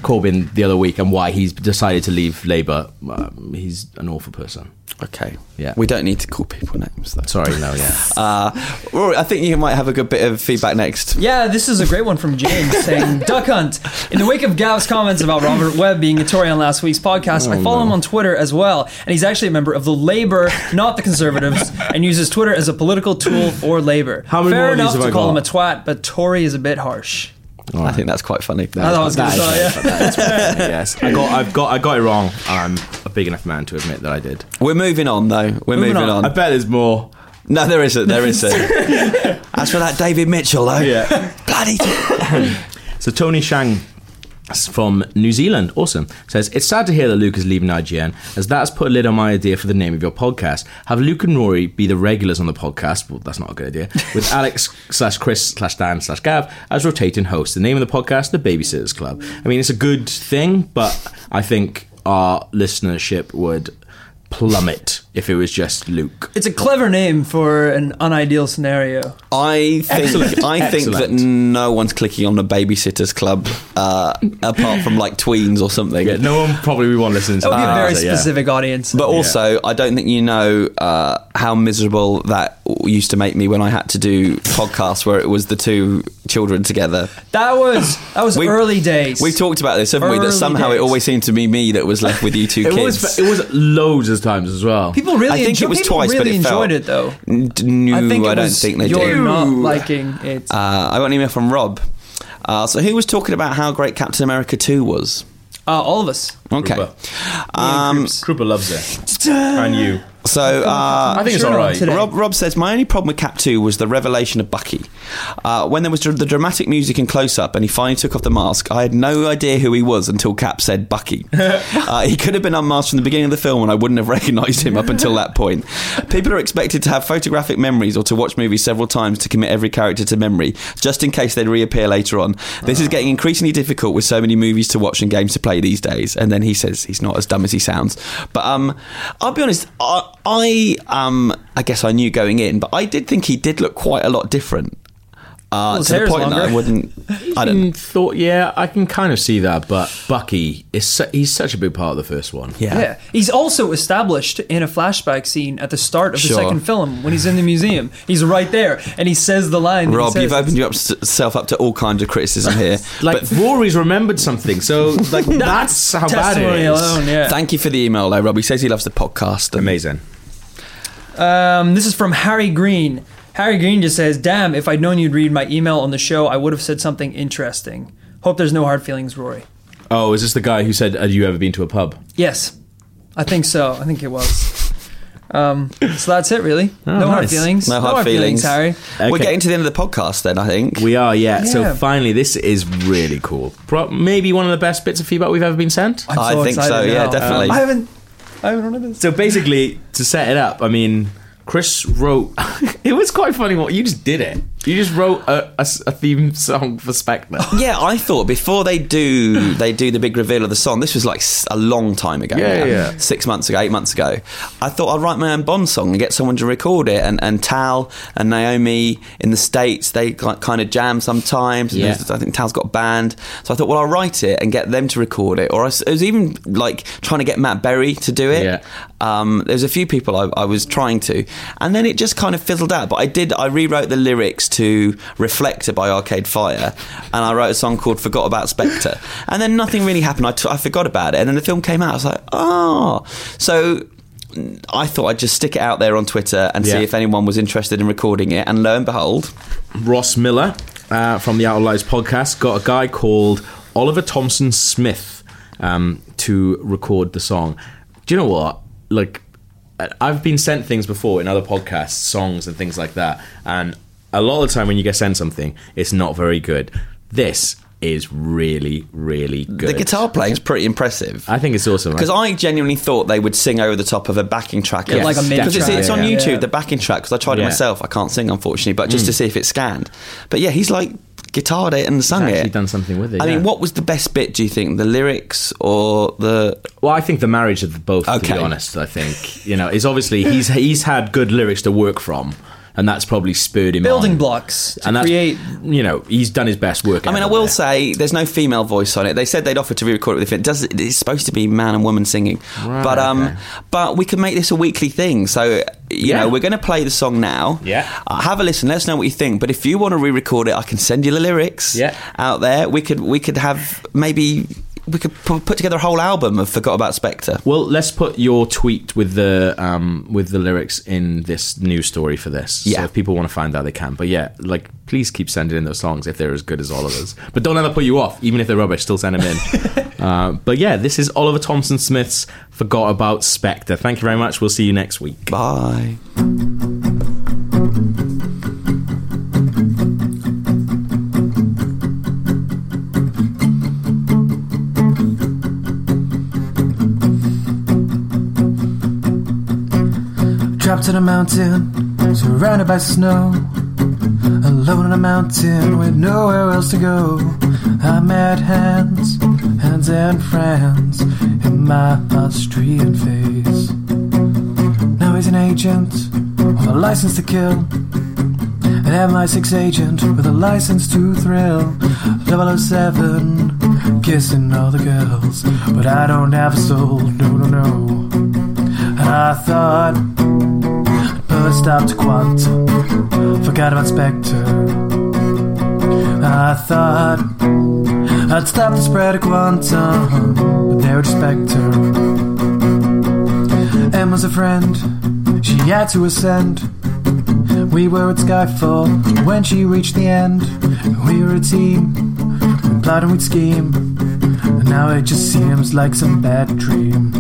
[SPEAKER 1] Corbyn the other week and why he's decided to leave Labour, um, he's an awful person.
[SPEAKER 3] Okay.
[SPEAKER 1] Yeah.
[SPEAKER 3] We don't need to call people names though.
[SPEAKER 1] Sorry, no, yeah.
[SPEAKER 3] Uh, Rory, I think you might have a good bit of feedback next.
[SPEAKER 2] Yeah, this is a great one from James saying, Duck Hunt. In the wake of Gav's comments about Robert Webb being a Tory on last week's podcast,
[SPEAKER 3] Oh,
[SPEAKER 2] I follow him on Twitter as well, and he's actually a member of the Labour, not the Conservatives, and uses Twitter as a political tool for Labour.
[SPEAKER 1] How many
[SPEAKER 2] Fair
[SPEAKER 1] more of these
[SPEAKER 2] enough
[SPEAKER 1] have
[SPEAKER 2] to
[SPEAKER 1] I
[SPEAKER 2] call
[SPEAKER 1] got?
[SPEAKER 2] him a twat, but Tory is a bit harsh.
[SPEAKER 3] I think that's quite funny.
[SPEAKER 2] I thought I was going to
[SPEAKER 1] That
[SPEAKER 2] say,
[SPEAKER 1] is-
[SPEAKER 2] yeah.
[SPEAKER 1] that is funny, yes, I got, I've got, I got it wrong. I'm a big enough man to admit that I did.
[SPEAKER 3] We're moving on though. We're
[SPEAKER 2] Moving
[SPEAKER 3] moving,
[SPEAKER 2] on.
[SPEAKER 3] on.
[SPEAKER 1] I bet there's more.
[SPEAKER 3] No, there isn't. There isn't. As for that David Mitchell though,
[SPEAKER 1] Yeah.
[SPEAKER 3] bloody.
[SPEAKER 1] So Tony Shang from New Zealand, awesome, says it's sad to hear that Luke is leaving IGN, as that has put a lid on my idea for the name of your podcast. Have Luke and Rory be the regulars on the podcast. Well, that's not a good idea. With Alex slash Chris slash Dan slash Gav as rotating hosts. The name of the podcast, the Babysitters Club. I mean, it's a good thing, but I think our listenership would plummet if it was just Luke.
[SPEAKER 2] It's a clever name for an unideal scenario.
[SPEAKER 3] I think
[SPEAKER 1] Excellent.
[SPEAKER 3] I think that
[SPEAKER 1] Excellent.
[SPEAKER 3] no one's clicking on the Babysitters Club uh, apart from like tweens or something.
[SPEAKER 1] Yeah, no one probably won't listen to
[SPEAKER 2] That would be
[SPEAKER 1] that.
[SPEAKER 2] a very
[SPEAKER 1] answer, yeah.
[SPEAKER 2] specific audience.
[SPEAKER 3] Ah, But also, I don't think you know uh, how miserable that used to make me when I had to do podcasts where it was the two children together.
[SPEAKER 2] that was that was
[SPEAKER 3] We've-
[SPEAKER 2] early days.
[SPEAKER 3] We've talked about this, haven't we? That
[SPEAKER 2] Early
[SPEAKER 3] somehow it
[SPEAKER 2] days.
[SPEAKER 3] always seemed to be me that was left with you two
[SPEAKER 1] It
[SPEAKER 3] kids.
[SPEAKER 1] was, it was loads of times as well.
[SPEAKER 2] people really
[SPEAKER 3] I think
[SPEAKER 2] enjoy-
[SPEAKER 3] it was
[SPEAKER 2] people
[SPEAKER 3] twice,
[SPEAKER 2] really
[SPEAKER 3] but it
[SPEAKER 2] enjoyed
[SPEAKER 3] felt-
[SPEAKER 2] it though.
[SPEAKER 3] N- No, I,
[SPEAKER 2] I think it
[SPEAKER 3] don't
[SPEAKER 2] was
[SPEAKER 3] think they
[SPEAKER 2] you're
[SPEAKER 3] do.
[SPEAKER 2] not liking it.
[SPEAKER 3] Uh, I got an email from Rob. Uh, so who was talking about how great Captain America 2 was?
[SPEAKER 2] Uh, all of us.
[SPEAKER 3] Okay.
[SPEAKER 1] Krupa.
[SPEAKER 3] Um,
[SPEAKER 1] Krupa loves it. and you.
[SPEAKER 3] so uh,
[SPEAKER 1] I think it's
[SPEAKER 2] Sure,
[SPEAKER 1] all right.
[SPEAKER 2] today.
[SPEAKER 3] Rob, Rob says, My only problem with Cap 2 was the revelation of Bucky. Uh, when there was dr- the dramatic music and close up and he finally took off the mask, I had no idea who he was until Cap said Bucky. uh, he could have been unmasked from the beginning of the film and I wouldn't have recognised him up until that point. People are expected to have photographic memories or to watch movies several times to commit every character to memory, just in case they reappear later on. This is getting increasingly difficult with so many movies to watch and games to play these days. And then he says he's not as dumb as he sounds. But um, I'll be honest, I, I um, I guess I knew going in, but I did think he did look quite a lot different. Uh,
[SPEAKER 2] his
[SPEAKER 3] to the
[SPEAKER 2] hair's
[SPEAKER 3] point that I
[SPEAKER 2] longer.
[SPEAKER 3] wouldn't. I don't.
[SPEAKER 1] Mm, Thought, yeah, I can kind of see that, but Bucky is su- he's such a big part of the first one.
[SPEAKER 3] Yeah.
[SPEAKER 2] Yeah. He's also established in a flashback scene at the start of the
[SPEAKER 3] Sure.
[SPEAKER 2] second film when he's in the museum. He's right there and he says the line. that he
[SPEAKER 3] Rob,
[SPEAKER 2] says.
[SPEAKER 3] you've opened yourself up to all kinds of criticism here.
[SPEAKER 1] Like
[SPEAKER 3] but
[SPEAKER 1] Rory's remembered something, so like that's how bad it
[SPEAKER 2] testimony
[SPEAKER 1] is.
[SPEAKER 2] alone, yeah.
[SPEAKER 3] thank you for the email, though, Rob. He says he loves the podcast. and-
[SPEAKER 1] Amazing.
[SPEAKER 2] Um, this is from Harry Green. Harry Green just says, "Damn, if I'd known you'd read my email on the show, I would have said something interesting. Hope there's no hard feelings, Rory."
[SPEAKER 1] Oh, is this the guy who said, "Have you ever been to a pub?"
[SPEAKER 2] Yes, I think so. I think it was. Um, so that's it, really. no hard
[SPEAKER 1] Oh, nice.
[SPEAKER 2] feelings.
[SPEAKER 3] No hard feelings.
[SPEAKER 2] Harry.
[SPEAKER 3] We're
[SPEAKER 1] Okay.
[SPEAKER 3] getting to the end of the podcast, then, I think.
[SPEAKER 1] We are, yeah.
[SPEAKER 2] Yeah.
[SPEAKER 1] So finally, this is really cool. Pro- maybe one of the best bits of feedback we've ever been sent.
[SPEAKER 2] I'm
[SPEAKER 3] I think so,
[SPEAKER 2] excited
[SPEAKER 3] yeah,
[SPEAKER 2] now.
[SPEAKER 3] definitely.
[SPEAKER 2] I haven't. I haven't read this.
[SPEAKER 1] So basically, to set it up, I mean, Chris wrote. it was quite funny. What you just did it. You just wrote a, a s- a theme song for Spectre.
[SPEAKER 3] Yeah, I thought before they do they do the big reveal of the song. This was like s- a long time ago.
[SPEAKER 1] Yeah, yeah.
[SPEAKER 3] six months ago, eight months ago. I thought I'd write my own Bond song and get someone to record it. And and Tal and Naomi in the states they kind of jam sometimes. And
[SPEAKER 1] Yeah.
[SPEAKER 3] there's- I think Tal's got banned, so I thought, well, I'll write it and get them to record it. Or I s- it was even like trying to get Matt Berry to do it.
[SPEAKER 1] Yeah.
[SPEAKER 3] Um, there was a few people I, I was trying to, and then it just kind of fizzled out. But I did. I rewrote the lyrics to "Reflector" by Arcade Fire, and I wrote a song called "Forgot About Spectre." And then nothing really happened. I, t- I forgot about it, and then the film came out. I was like, oh, so. mm, I thought I'd just stick it out there on Twitter and see
[SPEAKER 1] Yeah.
[SPEAKER 3] if anyone was interested in recording it. And lo and behold,
[SPEAKER 1] Ross Miller uh, from the Outer Lies podcast got a guy called Oliver Thompson Smith um, to record the song. Do you know what? Like, I- I've been sent things before in other podcasts, songs and things like that, and a lot of the time when you get sent something, it's not very good. This is really, really good.
[SPEAKER 3] the guitar playing is pretty impressive.
[SPEAKER 1] I think it's awesome.
[SPEAKER 3] Because I genuinely thought they would sing over the top of a backing track.
[SPEAKER 1] Yeah, like a mid
[SPEAKER 3] Because it's,
[SPEAKER 1] track.
[SPEAKER 3] it's on
[SPEAKER 1] Yeah,
[SPEAKER 2] yeah.
[SPEAKER 3] YouTube,
[SPEAKER 2] Yeah.
[SPEAKER 3] the backing track, because I tried it
[SPEAKER 1] Yeah. Hmm.
[SPEAKER 3] myself. I can't sing, unfortunately, but just to see if it scanned. But yeah, he's like guitared it and sung
[SPEAKER 1] actually
[SPEAKER 3] it.
[SPEAKER 1] done something with it.
[SPEAKER 3] I
[SPEAKER 1] yeah.
[SPEAKER 3] mean, what was the best bit, do you think? The lyrics or the.
[SPEAKER 1] Well, I think the marriage of the both. To
[SPEAKER 3] Okay.
[SPEAKER 1] be honest, I think you know, is obviously he's he's had good lyrics to work from, and that's probably spurred him
[SPEAKER 2] Building
[SPEAKER 1] on.
[SPEAKER 2] blocks to
[SPEAKER 1] and that's,
[SPEAKER 2] create.
[SPEAKER 1] You know, he's done his best work.
[SPEAKER 3] I mean, I
[SPEAKER 1] out
[SPEAKER 3] will
[SPEAKER 1] there.
[SPEAKER 3] say there's no female voice on it. They said they'd offer to re-record it with it. Does it's supposed to be man and woman singing?
[SPEAKER 1] Right,
[SPEAKER 3] but um,
[SPEAKER 1] okay.
[SPEAKER 3] but we can make this a weekly thing. So you
[SPEAKER 1] Yeah.
[SPEAKER 3] know, we're going to play the song now.
[SPEAKER 1] Yeah.
[SPEAKER 3] Uh, have a listen. Let us know what you think. But if you want to re-record it, I can send you the lyrics.
[SPEAKER 1] Yeah.
[SPEAKER 3] Out there, we could we could have maybe we could pu- put together a whole album of Forgot About Spectre.
[SPEAKER 1] Well, let's put your tweet with the um, with the lyrics in this news story for this.
[SPEAKER 3] Yeah.
[SPEAKER 1] So if people want to find out, they can. But yeah, like please keep sending in those songs if they're as good as Oliver's. But don't let that put you off. Even if they're rubbish, still send them in. uh, but yeah, this is Oliver Thompson Smith's "Forgot About Spectre." Thank you very much. We'll see you next week.
[SPEAKER 3] Bye.
[SPEAKER 4] Trapped in a mountain, surrounded by snow. Alone on a mountain with nowhere else to go. I met hands, hands and friends in my Austrian face. Now he's an agent with a license to kill. an MI6 agent with a license to thrill. 007, kissing all the girls. But I don't have a soul, no, no, no. I thought, but stopped quant. Forgot about Spectre. I thought I'd stop the spread of quantum, but they were just Spectre. Emma's a friend, she had to ascend. We were at Skyfall when she reached the end. We were a team, we'd plot and we'd scheme. And now it just seems like some bad dream.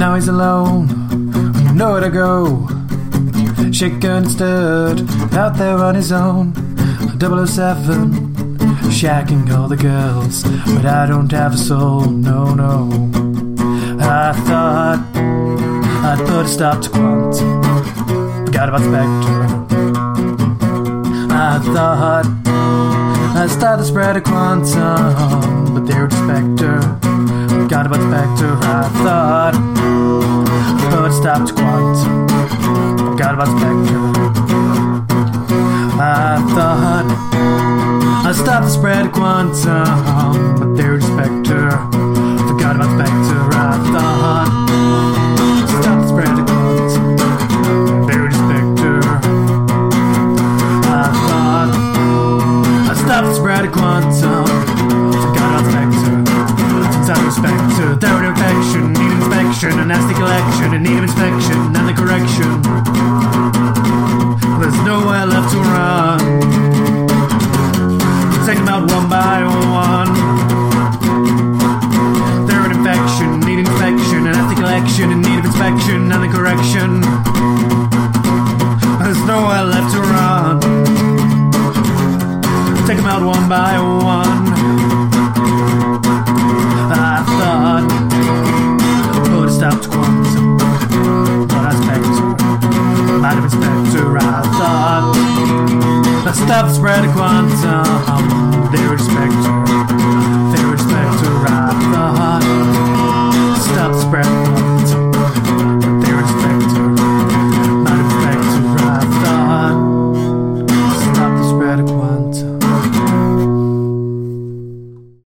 [SPEAKER 4] Now he's alone, nowhere to go. Shaken and stirred, out there on his own. 007, shacking all the girls. But I don't have a soul, no, no. I thought I'd put a stop to Quant. Forgot about Spectre. I thought I'd start the spread of Quantum. But they were just Spectre. Forgot about Spectre. I thought I'd put a stop to Quant. Forgot about Spectre. I thought I stopped the spread of quantum, but they were just Spectre. Forgot about Spectre, I thought. Stopped the spread of quantum, they were just Spectre. I thought. I stopped the spread of quantum, forgot about Spectre. Since I'm a Spectre, they were an infection, need inspection, a nasty collection, and need of inspection, and the correction. There's nowhere left to run. Take them out one by one. They're an infection, need infection, an ethical action in need of inspection and the correction. There's nowhere left to run. Take them out one by one. I thought, put a stop to quantum, but I spectre, might have inspector, I thought, I stopped spread of quantum.